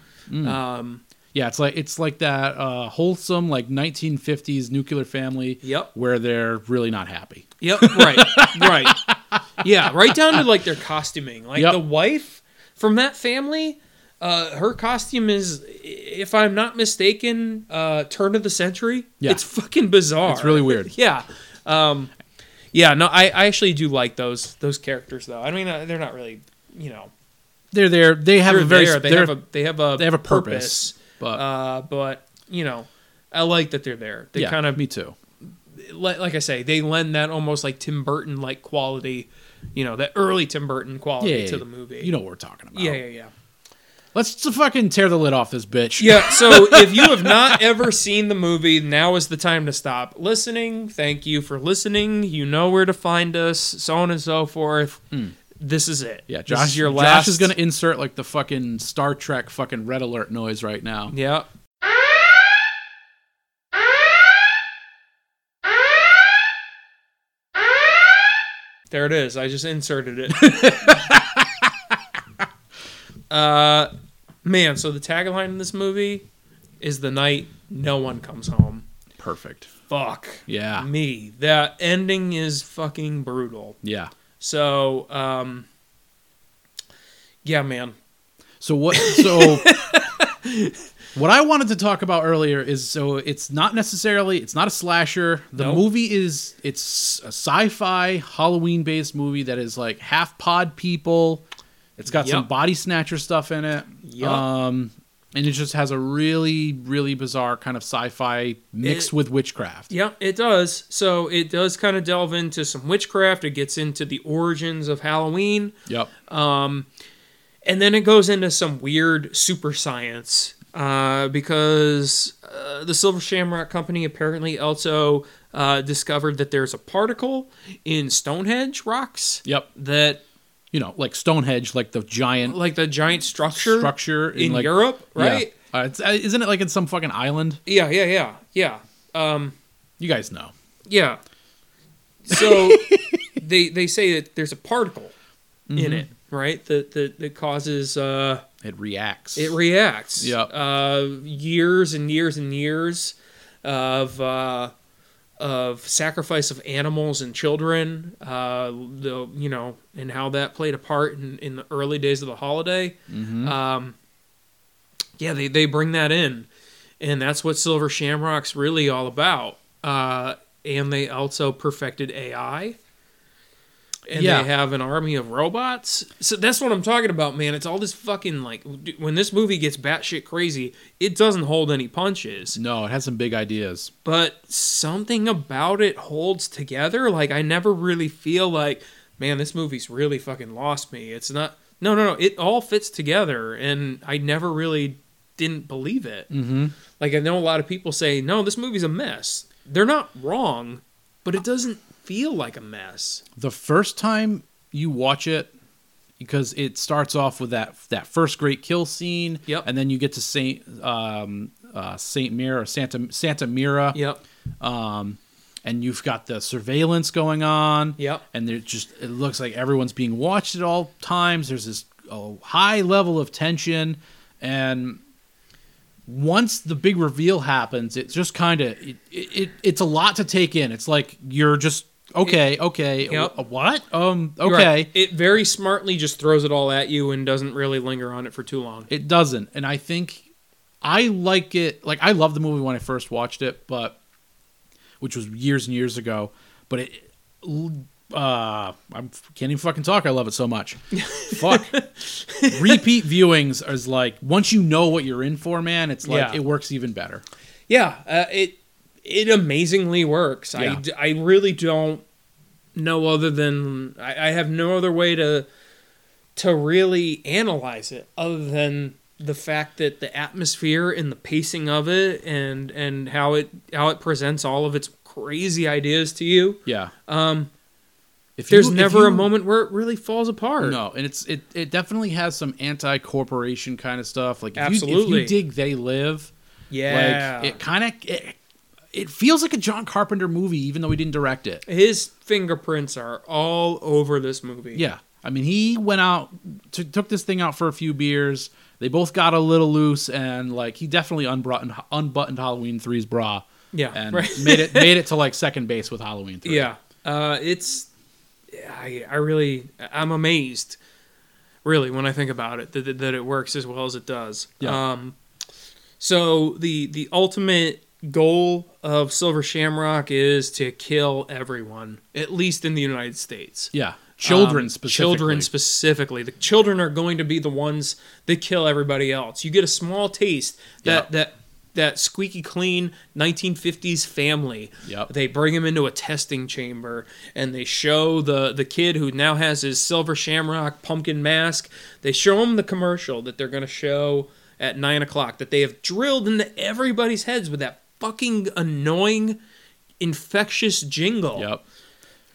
Speaker 3: Yeah, it's like it's like that uh, wholesome like 1950s nuclear family.
Speaker 2: Yep.
Speaker 3: Where they're really not happy.
Speaker 2: Yep. Right. right. Yeah. Right down to like their costuming. Like
Speaker 3: Yep.
Speaker 2: the wife from that family, uh, her costume is, if I'm not mistaken, uh, turn of the century.
Speaker 3: Yeah.
Speaker 2: It's fucking bizarre.
Speaker 3: It's really weird.
Speaker 2: [LAUGHS] Yeah. Um, yeah. No, I, I actually do like those those characters though. I mean, uh, they're not really, you know,
Speaker 3: They're there. They have
Speaker 2: they're
Speaker 3: a very
Speaker 2: there. They
Speaker 3: they're-
Speaker 2: have a they have a
Speaker 3: they have a purpose, but
Speaker 2: Uh, but you know, I like that they're there. They
Speaker 3: yeah,
Speaker 2: kind of
Speaker 3: me too.
Speaker 2: li- like I say, they lend that almost like Tim Burton like quality, you know, that early Tim Burton quality
Speaker 3: Yeah, yeah,
Speaker 2: to
Speaker 3: yeah.
Speaker 2: the movie.
Speaker 3: You know what we're talking about.
Speaker 2: yeah, yeah, yeah.
Speaker 3: Let's just fucking tear the lid off this bitch.
Speaker 2: Yeah,
Speaker 3: [LAUGHS]
Speaker 2: so if you have not ever seen the movie, now is the time to stop listening. Thank you for listening. You know where to find us, so on and so forth. This is it.
Speaker 3: Hmm. Yeah,
Speaker 2: This
Speaker 3: Josh,
Speaker 2: is your
Speaker 3: Josh
Speaker 2: last.
Speaker 3: is gonna insert like the fucking Star Trek fucking red alert noise right now.
Speaker 2: Yeah. There it is. I just inserted it. [LAUGHS] uh, man, so the tagline in this movie is the night no one comes home.
Speaker 3: Perfect.
Speaker 2: Fuck.
Speaker 3: Yeah.
Speaker 2: Me. That ending is fucking brutal.
Speaker 3: Yeah.
Speaker 2: So, um, yeah, man.
Speaker 3: So what? So what I wanted to talk about earlier is so it's not necessarily it's not a slasher. The
Speaker 2: Nope.
Speaker 3: movie is it's a sci-fi Halloween based movie that is like half pod people. It's got some
Speaker 2: Yep.
Speaker 3: body snatcher stuff in it.
Speaker 2: Yep.
Speaker 3: Um, and it just has a really really bizarre kind of sci-fi mixed
Speaker 2: It-
Speaker 3: with witchcraft.
Speaker 2: Yeah, it does. So it does kind of delve into some witchcraft. It gets into the origins of Halloween,
Speaker 3: Yep.
Speaker 2: and then it goes into some weird super science uh, because uh, the Silver Shamrock Company apparently also uh, discovered that there's a particle in Stonehenge rocks
Speaker 3: Yep.
Speaker 2: that,
Speaker 3: You know, like Stonehenge, like the giant
Speaker 2: like the giant structure,
Speaker 3: structure
Speaker 2: in
Speaker 3: like-
Speaker 2: Europe,
Speaker 3: Yeah.
Speaker 2: right?
Speaker 3: Uh, it's, uh, isn't it like in some fucking island?
Speaker 2: Yeah, yeah, yeah, yeah. Um,
Speaker 3: You guys know.
Speaker 2: Yeah. So they they say that there's a particle in it, right? That that, that causes uh,
Speaker 3: It reacts.
Speaker 2: it reacts.
Speaker 3: Yep.
Speaker 2: Uh, years and years and years of uh, of sacrifice of animals and children. Uh, the you know and how that played a part in, in the early days of the holiday.
Speaker 3: Mm-hmm.
Speaker 2: Um, yeah, they they bring that in, and that's what Silver Shamrock's really all about. Uh, and they also perfected AI. And
Speaker 3: Yeah.
Speaker 2: they have an army of robots. So that's what I'm talking about, man. It's all this fucking like dude, when this movie gets batshit crazy, it doesn't hold any punches,
Speaker 3: No, it has some big ideas.
Speaker 2: but something about it holds together. Like I never really feel like, man, this movie's really fucking lost me. It's not No, no, no. It all fits together, and I never really didn't believe it.
Speaker 3: Mm-hmm.
Speaker 2: Like I know a lot of people say, "No, this movie's a mess." They're not wrong, but it doesn't feel like a mess.
Speaker 3: the first time you watch it because it starts off with that that first great kill scene
Speaker 2: Yep.
Speaker 3: and then you get to saint um uh saint mira or santa santa mira
Speaker 2: Yep.
Speaker 3: um and you've got the surveillance going on
Speaker 2: Yep.
Speaker 3: and there just it looks like everyone's being watched at all times there's this uh, high level of tension and once the big reveal happens it just kind of it, it, it it's a lot to take in it's like you're just okay okay
Speaker 2: Yep.
Speaker 3: wh- what um okay
Speaker 2: You're right. It very smartly just throws it all at you and doesn't really linger on it for too long.
Speaker 3: It doesn't. And I think I like it. Like I loved the movie when I first watched it, but which was years and years ago. But it, uh, I can't even fucking talk. I love it so
Speaker 2: [LAUGHS]
Speaker 3: much. Fuck. Repeat viewings is like once you know what you're in for, man. It's like
Speaker 2: Yeah.
Speaker 3: it works even better.
Speaker 2: Yeah, uh, it it amazingly works. I
Speaker 3: Yeah.
Speaker 2: d I I, really don't know other than I, I have no other way to to really analyze it other than the fact that the atmosphere and the pacing of it and and how it how it presents all of its crazy ideas to you.
Speaker 3: Yeah. Um, if
Speaker 2: There's
Speaker 3: you- if
Speaker 2: never a
Speaker 3: you-
Speaker 2: moment where it really falls apart.
Speaker 3: No, and it's it it definitely has some anti corporation kind of stuff. Like if you, if
Speaker 2: Absolutely.
Speaker 3: you dig, they live.
Speaker 2: Yeah.
Speaker 3: Like it kind of it, it feels like a John Carpenter movie, even though he didn't direct it.
Speaker 2: His fingerprints are all over this movie.
Speaker 3: Yeah, I mean, he went out to, took this thing out for a few beers. They both got a little loose, and like he definitely unbuttoned unbuttoned Halloween 3's bra.
Speaker 2: Yeah,
Speaker 3: and
Speaker 2: right.
Speaker 3: [LAUGHS]
Speaker 2: [LAUGHS]
Speaker 3: made it made it to like second base with Halloween three.
Speaker 2: Yeah. Uh, it's I I really I'm amazed really when I think about it that, that it works as well as it does.
Speaker 3: Yeah.
Speaker 2: Um so the the ultimate goal of Silver Shamrock is to kill everyone, at least in the United States.
Speaker 3: yeah, children
Speaker 2: Um,
Speaker 3: specifically.
Speaker 2: Children specifically. The children are going to be the ones that kill everybody else. You get a small taste that
Speaker 3: Yeah.
Speaker 2: that that squeaky clean 1950s family.
Speaker 3: Yep.
Speaker 2: They bring him into a testing chamber and they show the the kid who now has his silver shamrock pumpkin mask. They show him the commercial that they're going to show at nine o'clock that they have drilled into everybody's heads with that fucking annoying infectious jingle
Speaker 3: Yep.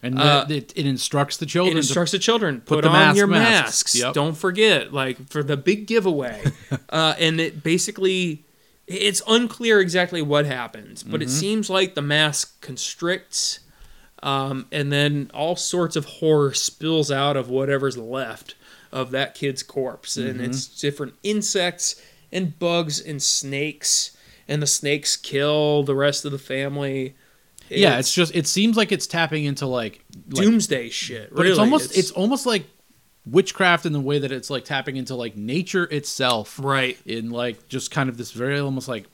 Speaker 3: And the-
Speaker 2: Uh,
Speaker 3: it, it instructs the children.
Speaker 2: it
Speaker 3: to-
Speaker 2: instructs the children put,
Speaker 3: put the
Speaker 2: on
Speaker 3: mask-
Speaker 2: your masks,
Speaker 3: masks. Yep.
Speaker 2: don't forget like for the big
Speaker 3: [LAUGHS]
Speaker 2: giveaway uh, and it basically it's unclear exactly what happens but
Speaker 3: Mm-hmm.
Speaker 2: it seems like the mask constricts um, and then all sorts of horror spills out of whatever's left of that kid's corpse
Speaker 3: Mm-hmm.
Speaker 2: and it's different insects and bugs and snakes and the snakes kill the rest of the family
Speaker 3: yeah, it's, just it seems like it's tapping into like, like
Speaker 2: doomsday shit
Speaker 3: But
Speaker 2: really
Speaker 3: it's almost it's, almost like witchcraft in the way that it's like tapping into like nature itself
Speaker 2: right
Speaker 3: in like just kind of this very almost like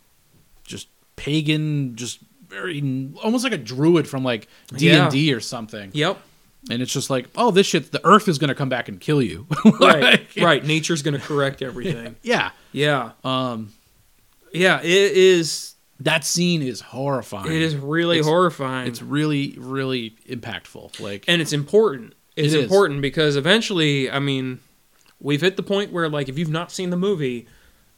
Speaker 3: just pagan just very almost like a druid from like
Speaker 2: Yeah.
Speaker 3: D&D or something.
Speaker 2: yep
Speaker 3: And it's just like, oh, this shit the earth is going to come back and kill you. [LAUGHS]
Speaker 2: [LAUGHS] right,
Speaker 3: Like,
Speaker 2: right. Nature's going to correct everything.
Speaker 3: Yeah.
Speaker 2: [LAUGHS] Yeah,
Speaker 3: Um
Speaker 2: yeah. It is.
Speaker 3: that scene is horrifying.
Speaker 2: It is really
Speaker 3: It's-
Speaker 2: horrifying.
Speaker 3: it's really really impactful. Like
Speaker 2: and it's important. It's
Speaker 3: It is.
Speaker 2: important because eventually, I mean, we've hit the point where like if you've not seen the movie,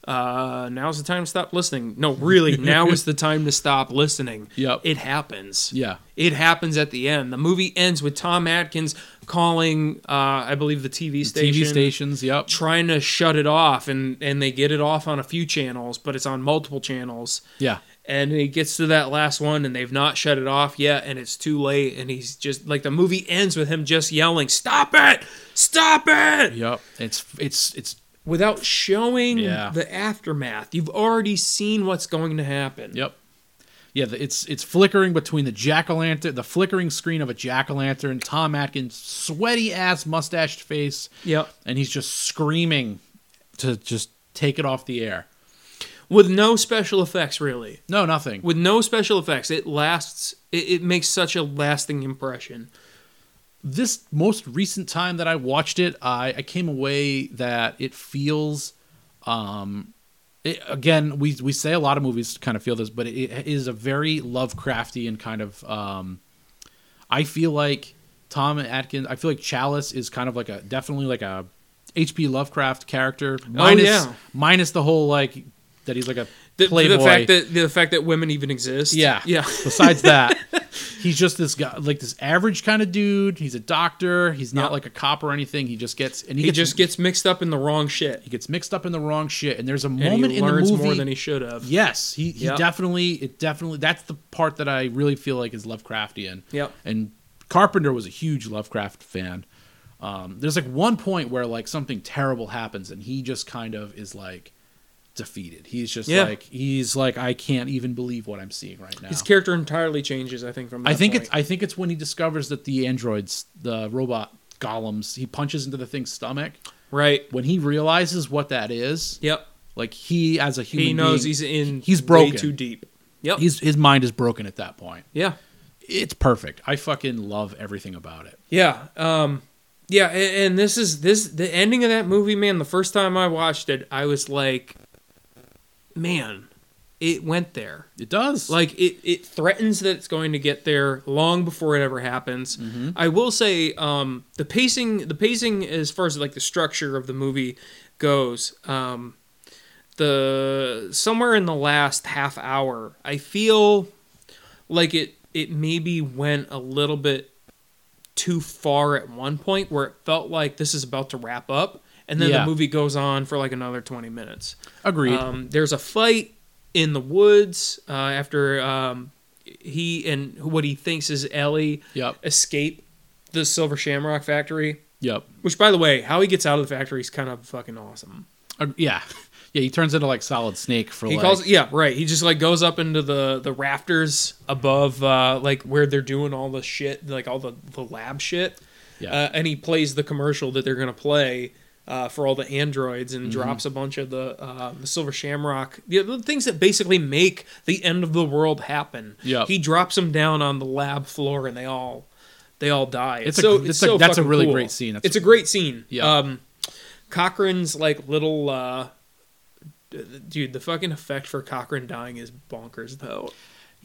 Speaker 2: uh, now's the time to stop listening. No, [LAUGHS] really, now is the time to stop listening.
Speaker 3: Yep.
Speaker 2: It happens.
Speaker 3: yeah.
Speaker 2: It happens at the end. The movie ends with Tom Atkins calling, uh, I believe, the TV station.
Speaker 3: TV stations, yep.
Speaker 2: Trying to shut it off, and and they get it off on a few channels, but it's on multiple channels.
Speaker 3: Yeah.
Speaker 2: and he gets to that last one and they've not shut it off yet and it's too late and he's just like the movie ends with him just yelling stop it stop it
Speaker 3: Yep. It's it's it's
Speaker 2: without showing
Speaker 3: Yeah.
Speaker 2: the aftermath you've already seen what's going to happen
Speaker 3: Yep. Yeah, the, it's it's flickering between the jack o' lantern, the flickering screen of a jack o' lantern, Tom Atkins' sweaty ass mustached face,
Speaker 2: yep
Speaker 3: and he's just screaming to just take it off the air.
Speaker 2: with no special effects really
Speaker 3: No, nothing.
Speaker 2: with no special effects it lasts it, it makes such a lasting impression
Speaker 3: this most recent time that I watched it, I, I came away that it feels, um, it, again we we say a lot of movies kind of feel this, but it, it is a very Lovecrafty and kind of, um, I feel like Tom Atkins, I feel like Chalice is kind of like a definitely like a H.P. Lovecraft character. Minus,
Speaker 2: Oh, yeah.
Speaker 3: minus the whole like that he's like a
Speaker 2: The,
Speaker 3: playboy.
Speaker 2: the fact that the fact that women even exist.
Speaker 3: Yeah.
Speaker 2: yeah. [LAUGHS]
Speaker 3: Besides that, he's just this guy, like this average kind of dude. He's a doctor. He's not
Speaker 2: Yeah.
Speaker 3: like a cop or anything. He just gets and he,
Speaker 2: He
Speaker 3: gets,
Speaker 2: just gets mixed up in the wrong shit,
Speaker 3: he gets mixed up in the wrong shit. And there's a
Speaker 2: and
Speaker 3: moment
Speaker 2: he
Speaker 3: in the
Speaker 2: learns
Speaker 3: movie.
Speaker 2: more than he should have.
Speaker 3: yes, he, he
Speaker 2: Yeah.
Speaker 3: definitely it definitely that's the part that I really feel like is Lovecraftian.
Speaker 2: Yep.
Speaker 3: And Carpenter was a huge Lovecraft fan. Um, there's like one point where like something terrible happens and he just kind of is like defeated. He's just
Speaker 2: Yeah.
Speaker 3: like he's like I can't even believe what I'm seeing right now.
Speaker 2: His character entirely changes, I think. From that
Speaker 3: I think
Speaker 2: point.
Speaker 3: it's I think it's when he discovers that the androids, the robot golems, he punches into the thing's stomach.
Speaker 2: right.
Speaker 3: When he realizes what that is,
Speaker 2: Yep.
Speaker 3: like he as a human,
Speaker 2: He knows
Speaker 3: being,
Speaker 2: he's in.
Speaker 3: he's
Speaker 2: Way
Speaker 3: broken.
Speaker 2: too deep. Yep.
Speaker 3: He's, his mind is broken at that point.
Speaker 2: yeah.
Speaker 3: It's perfect. I fucking love everything about it.
Speaker 2: Yeah. Um yeah, a- and, this is this the ending of that movie, man, the first time I watched it, I was like man, it went there.
Speaker 3: It does.
Speaker 2: Like it it threatens that it's going to get there long before it ever happens. I will say um the pacing the pacing as far as like the structure of the movie goes, um the somewhere in the last half hour, I feel like it it maybe went a little bit too far at one point where it felt like this is about to wrap up and then
Speaker 3: Yeah.
Speaker 2: the movie goes on for like another 20 minutes
Speaker 3: agreed.
Speaker 2: um, there's a fight in the woods uh, after um, he and what he thinks is ellie
Speaker 3: yep.
Speaker 2: escape the silver shamrock factory
Speaker 3: Yep.
Speaker 2: which by the way how he gets out of the factory is kind of fucking awesome
Speaker 3: Ag- yeah. [LAUGHS] Yeah. He turns into like solid snake for
Speaker 2: He
Speaker 3: like.
Speaker 2: calls, yeah, right. He just like goes up into the the rafters above, uh, like where they're doing all the shit, like all the the lab shit.
Speaker 3: Yeah.
Speaker 2: Uh, and he plays the commercial that they're gonna play uh, for all the androids, and
Speaker 3: Mm-hmm.
Speaker 2: drops a bunch of the uh, the silver shamrock, the, the things that basically make the end of the world happen.
Speaker 3: Yep.
Speaker 2: He drops them down on the lab floor, and they all they all die. It's,
Speaker 3: It's a-
Speaker 2: so
Speaker 3: it's
Speaker 2: it's
Speaker 3: a-
Speaker 2: so
Speaker 3: that's a
Speaker 2: fucking
Speaker 3: really
Speaker 2: cool.
Speaker 3: great scene. That's-
Speaker 2: it's a great scene.
Speaker 3: Yeah.
Speaker 2: Um, Cochrane's like little. Uh, dude the fucking effect for cochrane dying is bonkers though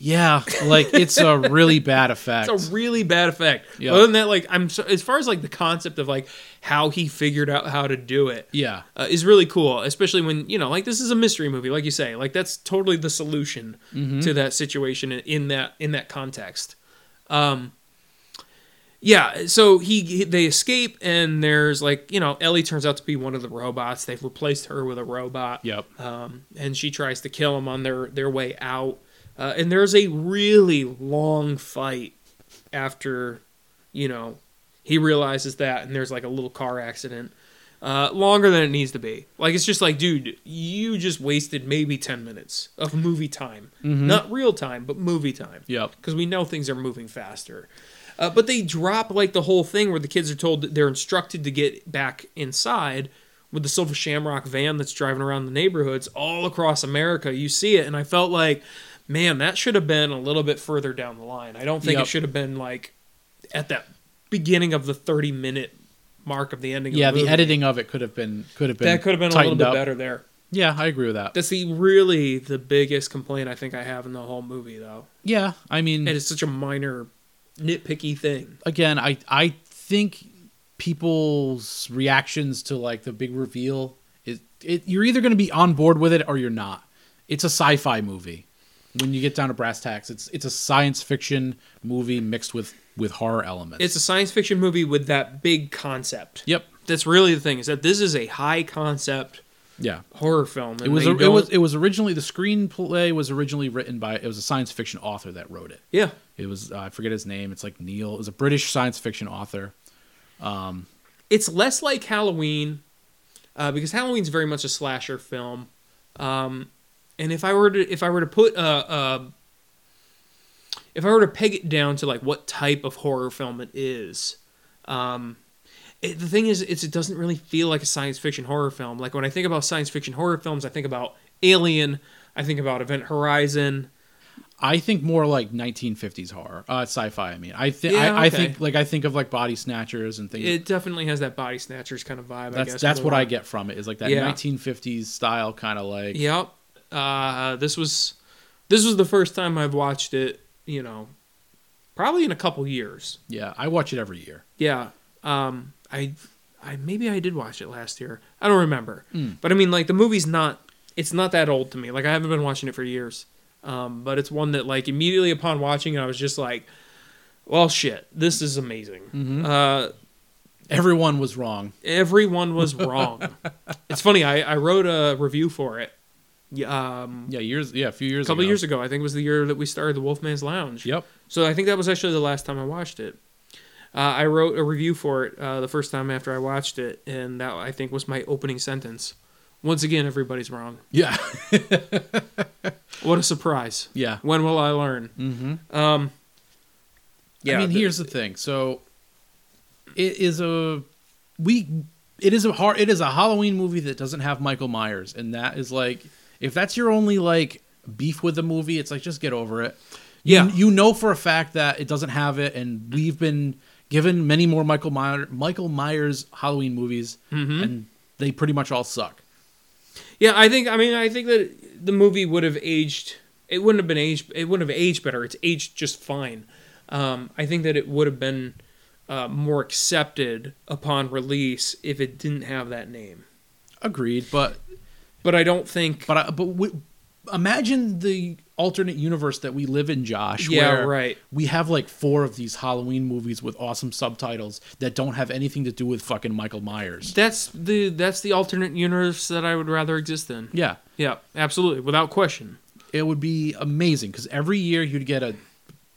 Speaker 3: yeah. Like it's a really bad effect.
Speaker 2: [LAUGHS] it's a really bad effect
Speaker 3: Yeah.
Speaker 2: other than that like i'm so, as far as like the concept of like how he figured out how to do it
Speaker 3: yeah.
Speaker 2: uh, is really cool especially when you know like this is a mystery movie like you say like that's totally the solution to that situation in- in that in that context um yeah so he, he they escape and there's like you know ellie turns out to be one of the robots they've replaced her with a robot
Speaker 3: Yep.
Speaker 2: um, and she tries to kill him on their their way out. Uh, and there's a really long fight after, you know, he realizes that, and there's like a little car accident, uh, longer than it needs to be. Like it's just like, dude, you just wasted maybe ten minutes of movie time, not real time, but movie time
Speaker 3: Yep.
Speaker 2: because we know things are moving faster. Uh, but they drop like the whole thing where the kids are told that they're instructed to get back inside with the Silver Shamrock van that's driving around the neighborhoods all across America. You see it, and I felt like, man, that should have been a little bit further down the line. I don't think
Speaker 3: Yep.
Speaker 2: it should have been like at that beginning of the thirty minute mark of the ending.
Speaker 3: Yeah.
Speaker 2: of the,
Speaker 3: The
Speaker 2: movie.
Speaker 3: editing of it could have been could have been
Speaker 2: that could have been a little
Speaker 3: tightened
Speaker 2: bit
Speaker 3: up.
Speaker 2: better there.
Speaker 3: Yeah, I agree with that.
Speaker 2: That's the really the biggest complaint I think I have in the whole movie, though.
Speaker 3: yeah. I mean,
Speaker 2: And it's such a minor, nitpicky thing.
Speaker 3: again, I I think people's reactions to like the big reveal is it, you're either going to be on board with it or you're not. It's a sci-fi movie. When you get down to brass tacks, it's it's a science fiction movie mixed with with horror elements.
Speaker 2: it's a science fiction movie with that big concept.
Speaker 3: yep,
Speaker 2: That's really the thing is that this is a high concept
Speaker 3: yeah.
Speaker 2: horror film. and
Speaker 3: It was
Speaker 2: they
Speaker 3: a, it
Speaker 2: don't-
Speaker 3: was it was originally the screenplay was originally written by it was a science fiction author that wrote it.
Speaker 2: yeah.
Speaker 3: It was uh, I forget his name. It's like Neil. It was a British science fiction author.
Speaker 2: It's less like Halloween uh, because Halloween's very much a slasher film. Um, and if I were to if I were to put a, a if I were to peg it down to like what type of horror film it is, um, it, the thing is, it's, it doesn't really feel like a science fiction horror film. Like when I think about science fiction horror films, I think about Alien, I think about Event Horizon.
Speaker 3: I think more like 1950s horror, uh, sci-fi. I mean, I think
Speaker 2: Yeah,
Speaker 3: I, I
Speaker 2: okay.
Speaker 3: think like I think of like body snatchers and things.
Speaker 2: It definitely has that body snatchers kind of vibe. I
Speaker 3: that's
Speaker 2: guess,
Speaker 3: that's what
Speaker 2: more.
Speaker 3: I get from it is like that
Speaker 2: Yeah.
Speaker 3: 1950s style kind of like
Speaker 2: Yep. Uh, this was this was the first time I've watched it. You know, probably in a couple years.
Speaker 3: yeah. I watch it every year.
Speaker 2: Yeah. Um, I I maybe I did watch it last year. I don't remember. But I mean, like the movie's not it's not that old to me. Like I haven't been watching it for years. Um, but it's one that like immediately upon watching it, I was just like, well, shit, this is amazing. Uh,
Speaker 3: Everyone was wrong.
Speaker 2: everyone was wrong. it's funny. I, I wrote a review for it. Yeah, Um,
Speaker 3: Yeah, years. Yeah, a few years.
Speaker 2: a couple
Speaker 3: ago.
Speaker 2: years ago, I think was the year that we started the Wolfman's Lounge.
Speaker 3: Yep.
Speaker 2: So I think that was actually the last time I watched it. Uh, I wrote a review for it uh, the first time after I watched it, and that I think was my opening sentence. Once again, everybody's wrong.
Speaker 3: Yeah. [LAUGHS]
Speaker 2: What a surprise!
Speaker 3: yeah.
Speaker 2: When will I learn?
Speaker 3: Mm-hmm.
Speaker 2: Um,
Speaker 3: I mean,
Speaker 2: the-
Speaker 3: here's the thing. So it is a we it is a hard it is a Halloween movie that doesn't have Michael Myers, and that is like if that's your only like beef with the movie, it's like just get over it. You-
Speaker 2: Yeah.
Speaker 3: you know for a fact that it doesn't have it, and we've been given many more Michael Myers Michael Myers Halloween movies,
Speaker 2: Mm-hmm.
Speaker 3: and they pretty much all suck.
Speaker 2: Yeah, I think. I mean, I think that the movie would have aged. It wouldn't have been aged. It wouldn't have aged better. It's aged just fine. Um, I think that it would have been uh, more accepted upon release if it didn't have that name.
Speaker 3: Agreed, but
Speaker 2: But I don't think.
Speaker 3: But I, but we, imagine the alternate universe that we live in, Josh.
Speaker 2: Yeah,
Speaker 3: where
Speaker 2: right.
Speaker 3: We have like four of these Halloween movies with awesome subtitles that don't have anything to do with fucking Michael Myers.
Speaker 2: That's the that's the alternate universe that I would rather exist in.
Speaker 3: Yeah,
Speaker 2: Yeah, absolutely, without question.
Speaker 3: it would be amazing because every year you'd get a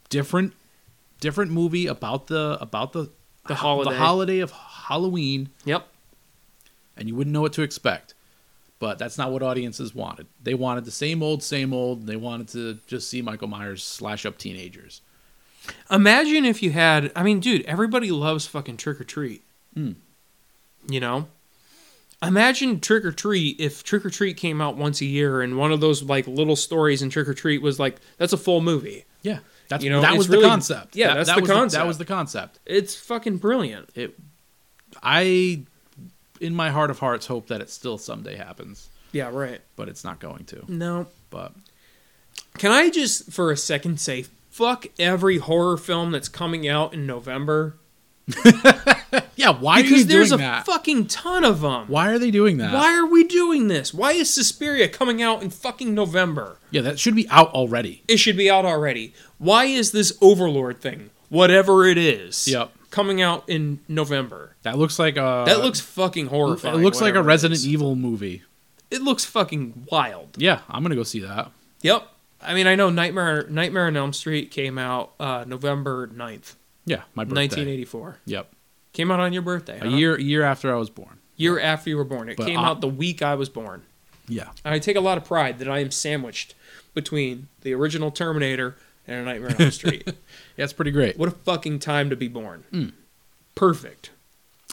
Speaker 3: different different movie about the about the
Speaker 2: The holiday.
Speaker 3: the holiday of Halloween,
Speaker 2: Yep.
Speaker 3: and you wouldn't know what to expect. But that's not what audiences wanted. They wanted the same old, same old. They wanted to just see Michael Myers slash up teenagers.
Speaker 2: Imagine if you had. I mean, dude, everybody loves fucking trick or treat.
Speaker 3: Hmm.
Speaker 2: You know. Imagine Trick or Treat if Trick or Treat came out once a year and one of those like little stories in Trick or Treat was like that's a full movie.
Speaker 3: Yeah, that's
Speaker 2: You know,
Speaker 3: that
Speaker 2: it's
Speaker 3: was
Speaker 2: really-
Speaker 3: the concept.
Speaker 2: yeah,
Speaker 3: That-
Speaker 2: that's
Speaker 3: that
Speaker 2: the
Speaker 3: was
Speaker 2: concept.
Speaker 3: that was the concept.
Speaker 2: It's fucking brilliant.
Speaker 3: It, I, in my heart of hearts, hope that it still someday happens,
Speaker 2: Yeah, right.
Speaker 3: but it's not going to.
Speaker 2: No.
Speaker 3: But
Speaker 2: Can I just for a second say fuck every horror film that's coming out in November?
Speaker 3: yeah, why are you
Speaker 2: Because
Speaker 3: doing
Speaker 2: there's a
Speaker 3: that?
Speaker 2: fucking ton of them.
Speaker 3: why are they doing that?
Speaker 2: Why are we doing this? Why is Suspiria coming out in fucking November?
Speaker 3: Yeah, that should be out already.
Speaker 2: It should be out already. Why is this Overlord thing, whatever it is,
Speaker 3: Yep.
Speaker 2: coming out in November?
Speaker 3: That looks like a
Speaker 2: That looks fucking
Speaker 3: it
Speaker 2: horrifying.
Speaker 3: looks like a
Speaker 2: whatever it
Speaker 3: Resident
Speaker 2: is.
Speaker 3: Evil movie.
Speaker 2: It looks fucking wild.
Speaker 3: Yeah, I'm gonna go see that.
Speaker 2: Yep. I mean, I know Nightmare Nightmare on Elm Street came out uh, November 9th,
Speaker 3: Yeah, my birthday.
Speaker 2: 1984.
Speaker 3: Yep,
Speaker 2: Came out on your birthday. huh?
Speaker 3: a year a year after I was born.
Speaker 2: year after you were born. It
Speaker 3: But
Speaker 2: came
Speaker 3: I-
Speaker 2: out the week I was born.
Speaker 3: Yeah,
Speaker 2: I take a lot of pride that I am sandwiched between the original Terminator and a Nightmare on Elm
Speaker 3: [LAUGHS]
Speaker 2: Street.
Speaker 3: yeah, it's pretty great.
Speaker 2: What a fucking time to be born. Perfect.
Speaker 3: Hmm.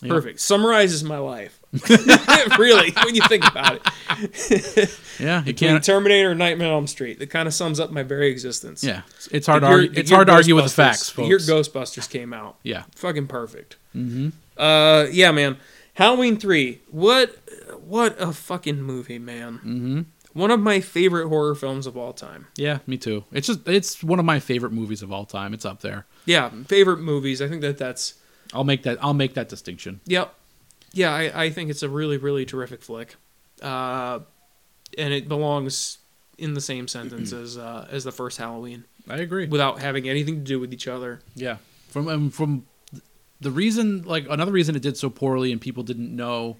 Speaker 3: Yeah.
Speaker 2: Perfect. Summarizes my life. [LAUGHS] really, when you think about it.
Speaker 3: Yeah, you
Speaker 2: Between
Speaker 3: can't.
Speaker 2: Terminator and Nightmare on Elm Street, that kind of sums up my very existence.
Speaker 3: Yeah, it's- it's hard.
Speaker 2: The
Speaker 3: To
Speaker 2: year-
Speaker 3: argue,
Speaker 2: the
Speaker 3: it's
Speaker 2: year
Speaker 3: hard to argue with the
Speaker 2: Ghostbusters-
Speaker 3: facts,
Speaker 2: The
Speaker 3: folks.
Speaker 2: year Ghostbusters came out.
Speaker 3: yeah,
Speaker 2: Fucking perfect. Mm-hmm. Uh, yeah, man. Halloween three. What? What a fucking movie, man. Mm-hmm. One of my favorite horror films of all time.
Speaker 3: Yeah, me too. It's just it's one of my favorite movies of all time. It's up there.
Speaker 2: Yeah,
Speaker 3: Mm-hmm.
Speaker 2: favorite movies. I think that that's.
Speaker 3: I'll make that I'll make that distinction.
Speaker 2: Yep. Yeah, I, I think it's a really, really terrific flick. Uh, and it belongs in the same sentence as uh, as the first Halloween
Speaker 3: I agree.
Speaker 2: without having anything to do with each other.
Speaker 3: yeah. From um, from the reason like another reason it did so poorly and people didn't know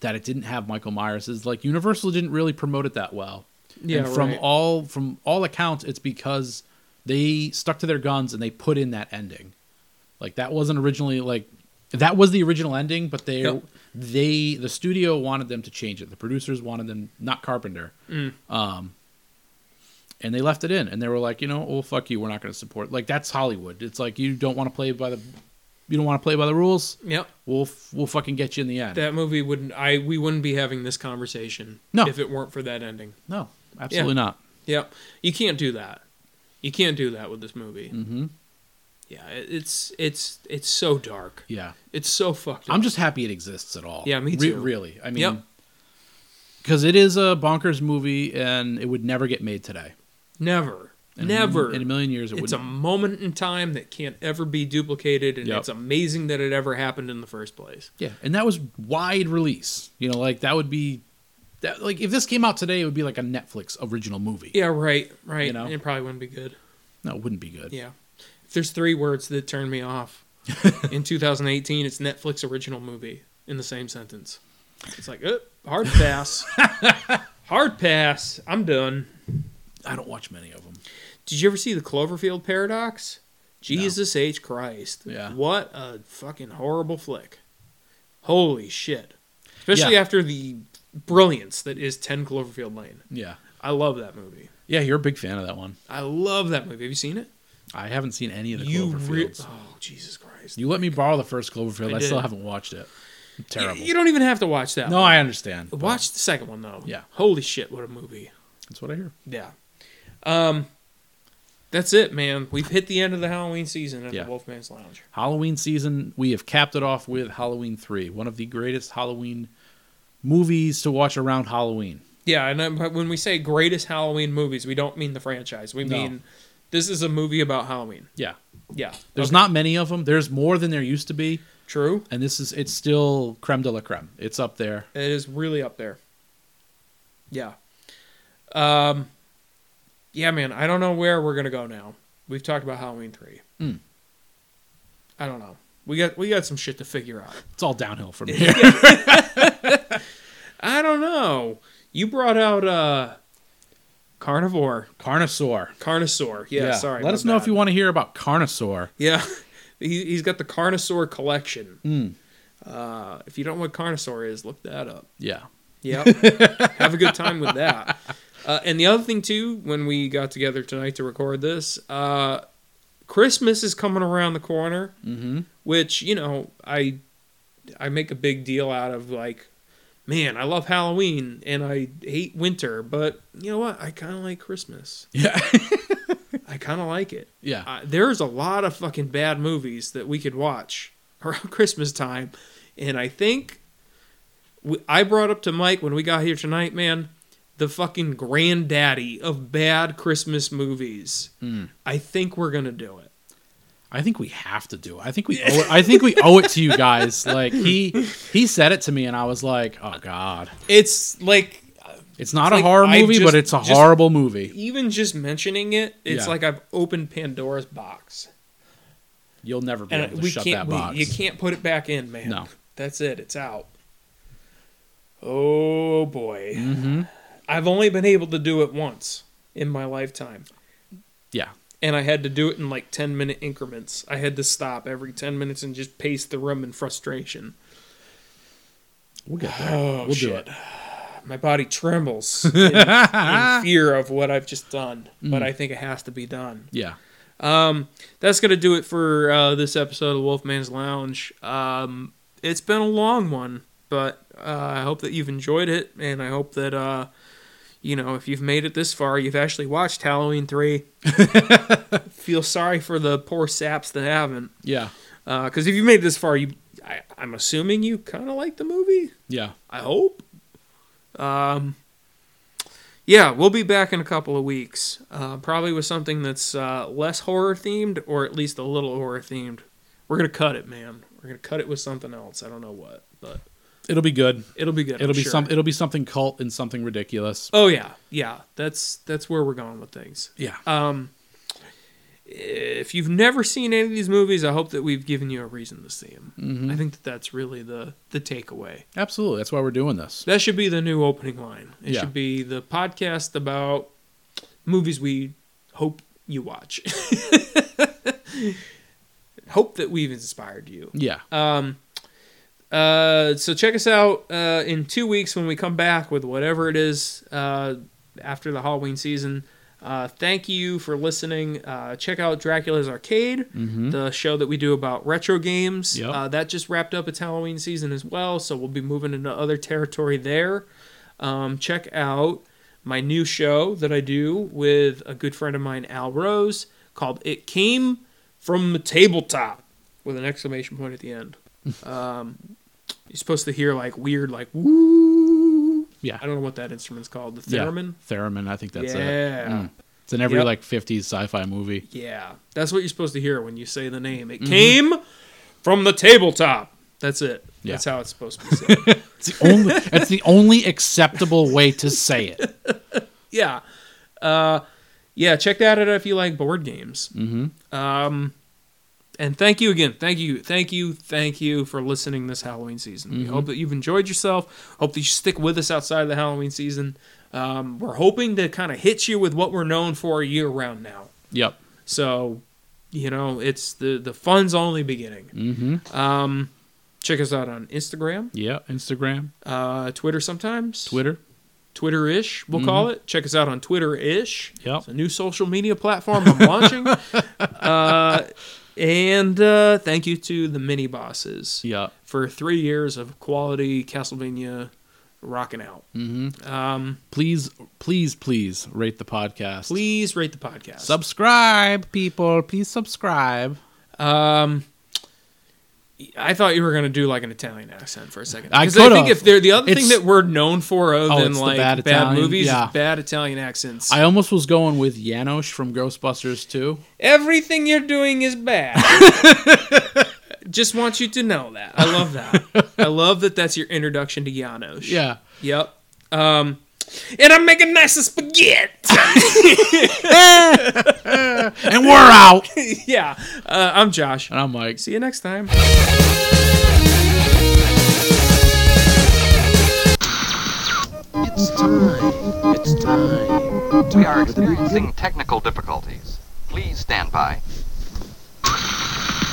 Speaker 3: that it didn't have Michael Myers is like Universal didn't really promote it that well.
Speaker 2: Yeah,
Speaker 3: And from
Speaker 2: right.
Speaker 3: all from all accounts it's because they stuck to their guns and they put in that ending. Like that wasn't originally like that was the original ending, but they
Speaker 2: Yep.
Speaker 3: they the studio wanted them to change it. The producers wanted them not Carpenter.
Speaker 2: Mm.
Speaker 3: Um and they left it in and they were like, you know, well fuck you, we're not going to support. Like that's Hollywood. It's like you don't want to play by the you don't want to play by the rules.
Speaker 2: Yep.
Speaker 3: We'll f- we'll fucking get you in the end.
Speaker 2: That movie wouldn't. I we wouldn't be having this conversation
Speaker 3: No.
Speaker 2: if it weren't for that ending.
Speaker 3: no, absolutely not.
Speaker 2: Yep. You can't do that. You can't do that with this movie.
Speaker 3: Mhm.
Speaker 2: Yeah, it- it's it's it's so dark.
Speaker 3: Yeah.
Speaker 2: It's so fucked up.
Speaker 3: I'm just happy it exists at all.
Speaker 2: Yeah, me
Speaker 3: Re-
Speaker 2: too.
Speaker 3: really. I mean,
Speaker 2: Yep.
Speaker 3: because it is a bonkers movie and it would never get made today.
Speaker 2: never.
Speaker 3: In a-
Speaker 2: Never.
Speaker 3: in a million years. It
Speaker 2: It's a
Speaker 3: wouldn't.
Speaker 2: moment in time that can't ever be duplicated, and
Speaker 3: Yep.
Speaker 2: it's amazing that it ever happened in the first place.
Speaker 3: yeah, and that was wide release. You know, like that would be that. Like if this came out today, it would be like a Netflix original movie.
Speaker 2: Yeah, right, right.
Speaker 3: You know?
Speaker 2: It probably wouldn't be good.
Speaker 3: No, it wouldn't be good.
Speaker 2: Yeah. If there's three words that turn me
Speaker 3: [LAUGHS]
Speaker 2: off in 2018, it's Netflix original movie in the same sentence. It's like, uh, hard
Speaker 3: [LAUGHS]
Speaker 2: pass. hard pass. I'm done.
Speaker 3: I don't watch many of them.
Speaker 2: Did you ever see the Cloverfield Paradox? Jesus H. Christ.
Speaker 3: Yeah.
Speaker 2: What a fucking horrible flick. Holy shit. Especially
Speaker 3: Yeah.
Speaker 2: after the brilliance that is 10 Cloverfield Lane.
Speaker 3: Yeah,
Speaker 2: I love that movie.
Speaker 3: yeah, you're a big fan of that one.
Speaker 2: I love that movie. Have you seen it?
Speaker 3: I haven't seen any of the
Speaker 2: you re-
Speaker 3: Cloverfields.
Speaker 2: Oh, Jesus Christ.
Speaker 3: you let me borrow the first Cloverfield.
Speaker 2: I
Speaker 3: I, still
Speaker 2: did.
Speaker 3: haven't watched it.
Speaker 2: You-
Speaker 3: Terrible.
Speaker 2: You, don't even have to watch that.
Speaker 3: no, I understand. but
Speaker 2: Watch the second one though.
Speaker 3: Yeah.
Speaker 2: Holy shit, what a movie.
Speaker 3: That's what I hear.
Speaker 2: Yeah. Um that's it, man. We've hit the end of the Halloween season at
Speaker 3: Yeah.
Speaker 2: the Wolfman's Lounge.
Speaker 3: Halloween season, we have capped it off with Halloween 3, one of the greatest Halloween movies to watch around Halloween.
Speaker 2: Yeah, and um, but when we say greatest Halloween movies, we don't mean the franchise. We
Speaker 3: No.
Speaker 2: mean this is a movie about Halloween.
Speaker 3: Yeah.
Speaker 2: Yeah.
Speaker 3: There's
Speaker 2: Okay.
Speaker 3: not many of them. There's more than there used to be,
Speaker 2: true.
Speaker 3: and this is it's still creme de la creme. It's up there.
Speaker 2: It is really up there. Yeah. Um yeah, man, I don't know where we're going to go now. We've talked about Halloween 3.
Speaker 3: Mm.
Speaker 2: I don't know. We got we got some shit to figure out.
Speaker 3: It's all
Speaker 2: [LAUGHS]
Speaker 3: downhill from here.
Speaker 2: I don't know. You brought out uh carnivore,
Speaker 3: Carnosaur.
Speaker 2: carnosaur. Yeah, sorry.
Speaker 3: Let
Speaker 2: my
Speaker 3: us know
Speaker 2: bad.
Speaker 3: if you want to hear about Carnosaur.
Speaker 2: Yeah, [LAUGHS] he, he's got the carnosaur collection.
Speaker 3: Mm.
Speaker 2: Uh, if you don't know what carnosaur is, look that up.
Speaker 3: Yeah. [LAUGHS]
Speaker 2: Yeah, have a good time with that. Uh, and the other thing too, when we got together tonight to record this, uh, Christmas is coming around the corner,
Speaker 3: Mm-hmm.
Speaker 2: which you know I I make a big deal out of like. Man, I love Halloween and I hate winter, but you know what? I kind of like Christmas.
Speaker 3: Yeah.
Speaker 2: I kind of like it.
Speaker 3: yeah.
Speaker 2: Uh, there's a lot of fucking bad movies that we could watch [LAUGHS] around Christmas time, and I think we, I brought up to Mike when we got here tonight, man, the fucking granddaddy of bad Christmas movies.
Speaker 3: Mm.
Speaker 2: I think we're gonna do it.
Speaker 3: I think we have to do. It. I think we. Owe it, I think we owe it to
Speaker 2: [LAUGHS]
Speaker 3: you guys. Like he he said it to me, and I was like, "Oh God,
Speaker 2: It's like
Speaker 3: it's
Speaker 2: It's
Speaker 3: not a
Speaker 2: like
Speaker 3: horror
Speaker 2: I've
Speaker 3: movie,
Speaker 2: just-
Speaker 3: but it's a
Speaker 2: just-
Speaker 3: horrible movie."
Speaker 2: even just mentioning it, it's
Speaker 3: Yeah.
Speaker 2: like I've opened Pandora's box,
Speaker 3: You'll never be
Speaker 2: and
Speaker 3: able to
Speaker 2: we
Speaker 3: shut
Speaker 2: can't.
Speaker 3: that
Speaker 2: we-
Speaker 3: box.
Speaker 2: you can't put it back in, man.
Speaker 3: No.
Speaker 2: that's it. It's out. Oh boy.
Speaker 3: hmm
Speaker 2: I've only been able to do it once in my lifetime.
Speaker 3: Yeah,
Speaker 2: And I had to do it in like 10 minute increments. I had to stop every 10 minutes and just pace the room in frustration.
Speaker 3: we'll
Speaker 2: [LAUGHS]
Speaker 3: get there.
Speaker 2: Oh,
Speaker 3: we'll
Speaker 2: shit.
Speaker 3: do it.
Speaker 2: My body [LAUGHS] trembles in, in fear of what I've just done, but I think it has to be done.
Speaker 3: [LAUGHS] Yeah,
Speaker 2: Um, that's going to do it for uh, this episode of Wolfman's Lounge. Um, it's been a long one, but uh, I hope that you've enjoyed it, and I hope that uh, you know if you've made it this far, you've actually watched Halloween three. Feel sorry for the poor saps that haven't,
Speaker 3: yeah,
Speaker 2: because if you made it this far, you I, I'm assuming you kind of like the movie.
Speaker 3: yeah.
Speaker 2: I hope. Um, yeah, we'll be back in a couple of weeks, uh, probably with something that's uh, less horror themed or at least a little horror themed. We're gonna cut it, man. We're gonna cut it with something else. I don't know what, but
Speaker 3: It'll be good.
Speaker 2: it'll be good.
Speaker 3: It'll
Speaker 2: I'm
Speaker 3: be
Speaker 2: sure.
Speaker 3: some. It'll be something cult and something ridiculous.
Speaker 2: Oh yeah, yeah. That's that's where we're going with things.
Speaker 3: Yeah,
Speaker 2: Um, if you've never seen any of these movies, I hope that we've given you a reason to see them.
Speaker 3: Mm-hmm.
Speaker 2: I think that that's really the the takeaway.
Speaker 3: absolutely. That's why we're doing this.
Speaker 2: That should be the new opening line. It
Speaker 3: Yeah.
Speaker 2: should be the podcast about movies we hope you watch. [LAUGHS] hope that we've inspired you.
Speaker 3: Yeah,
Speaker 2: Um, uh, so check us out uh, in two weeks when we come back with whatever it is uh, after the Halloween season. Uh, thank you for listening. Uh, check out Dracula's Arcade, the show that we do about retro games.
Speaker 3: Yep.
Speaker 2: Uh, that just wrapped up its Halloween season as well, so we'll be moving into other territory there. Um, check out my new show that I do with a good friend of mine, Al Rose, called It Came from the Tabletop with an exclamation point at the
Speaker 3: [LAUGHS]
Speaker 2: end. Um, you're supposed to hear like weird, like woo.
Speaker 3: yeah.
Speaker 2: I don't know what that instrument's called. The
Speaker 3: Yeah.
Speaker 2: theremin.
Speaker 3: Theremin. I think that's
Speaker 2: yeah.
Speaker 3: it. Mm. It's in every
Speaker 2: Yep.
Speaker 3: like 50s sci-fi movie.
Speaker 2: Yeah, that's what you're supposed to hear when you say the name.
Speaker 3: Mm-hmm.
Speaker 2: It came from the tabletop. That's it.
Speaker 3: Yeah.
Speaker 2: That's how it's supposed
Speaker 3: [LAUGHS]
Speaker 2: to be said.
Speaker 3: It's the [LAUGHS] only it's the only acceptable way to say it.
Speaker 2: yeah. Uh, yeah, check that out if you like board games. Mm-hmm. Um, and thank you again. Thank you. Thank you. Thank you for listening this Halloween season. We
Speaker 3: Mm-hmm.
Speaker 2: hope that you've enjoyed yourself. Hope that you stick with us outside of the Halloween season. Um, we're hoping to kind of hit you with what we're known for year round now.
Speaker 3: Yep.
Speaker 2: So, you know, it's the the fun's only beginning.
Speaker 3: Mm-hmm.
Speaker 2: Um, check us out on Instagram,
Speaker 3: Yeah. Instagram,
Speaker 2: uh, Twitter sometimes,
Speaker 3: Twitter.
Speaker 2: Twitter ish, we'll call it. Check us out on Twitter ish.
Speaker 3: Mm-hmm. Yep.
Speaker 2: It's a new social media platform I'm
Speaker 3: [LAUGHS]
Speaker 2: launching. uh, and uh, thank you to the mini bosses
Speaker 3: Yeah.
Speaker 2: for three years of quality Castlevania rocking out.
Speaker 3: Mhm.
Speaker 2: Um,
Speaker 3: Please, please, please rate the podcast.
Speaker 2: please rate the podcast.
Speaker 3: subscribe, people. Please subscribe.
Speaker 2: Um, I thought you were gonna do like an Italian accent for a second.
Speaker 3: I
Speaker 2: 'Cause
Speaker 3: could've.
Speaker 2: think if they're the other
Speaker 3: It's-
Speaker 2: thing that we're known for, other
Speaker 3: Oh,
Speaker 2: than
Speaker 3: it's the
Speaker 2: like bad,
Speaker 3: bad Italian-
Speaker 2: movies,
Speaker 3: yeah.
Speaker 2: is bad Italian accents.
Speaker 3: I almost was going with Janosch from Ghostbusters too.
Speaker 2: Everything you're doing is
Speaker 3: [LAUGHS]
Speaker 2: bad. Just want you to know that. I love that.
Speaker 3: [LAUGHS]
Speaker 2: I love that. That's your introduction to Janos.
Speaker 3: Yeah.
Speaker 2: Yep. Um, and I'm making nice of spaghetti. [LAUGHS]
Speaker 3: And we're [LAUGHS] out.
Speaker 2: yeah. Uh, I'm Josh.
Speaker 3: and I'm like,
Speaker 2: See you next time.
Speaker 4: It's time. It's time.
Speaker 5: We are experiencing technical difficulties. Please stand by.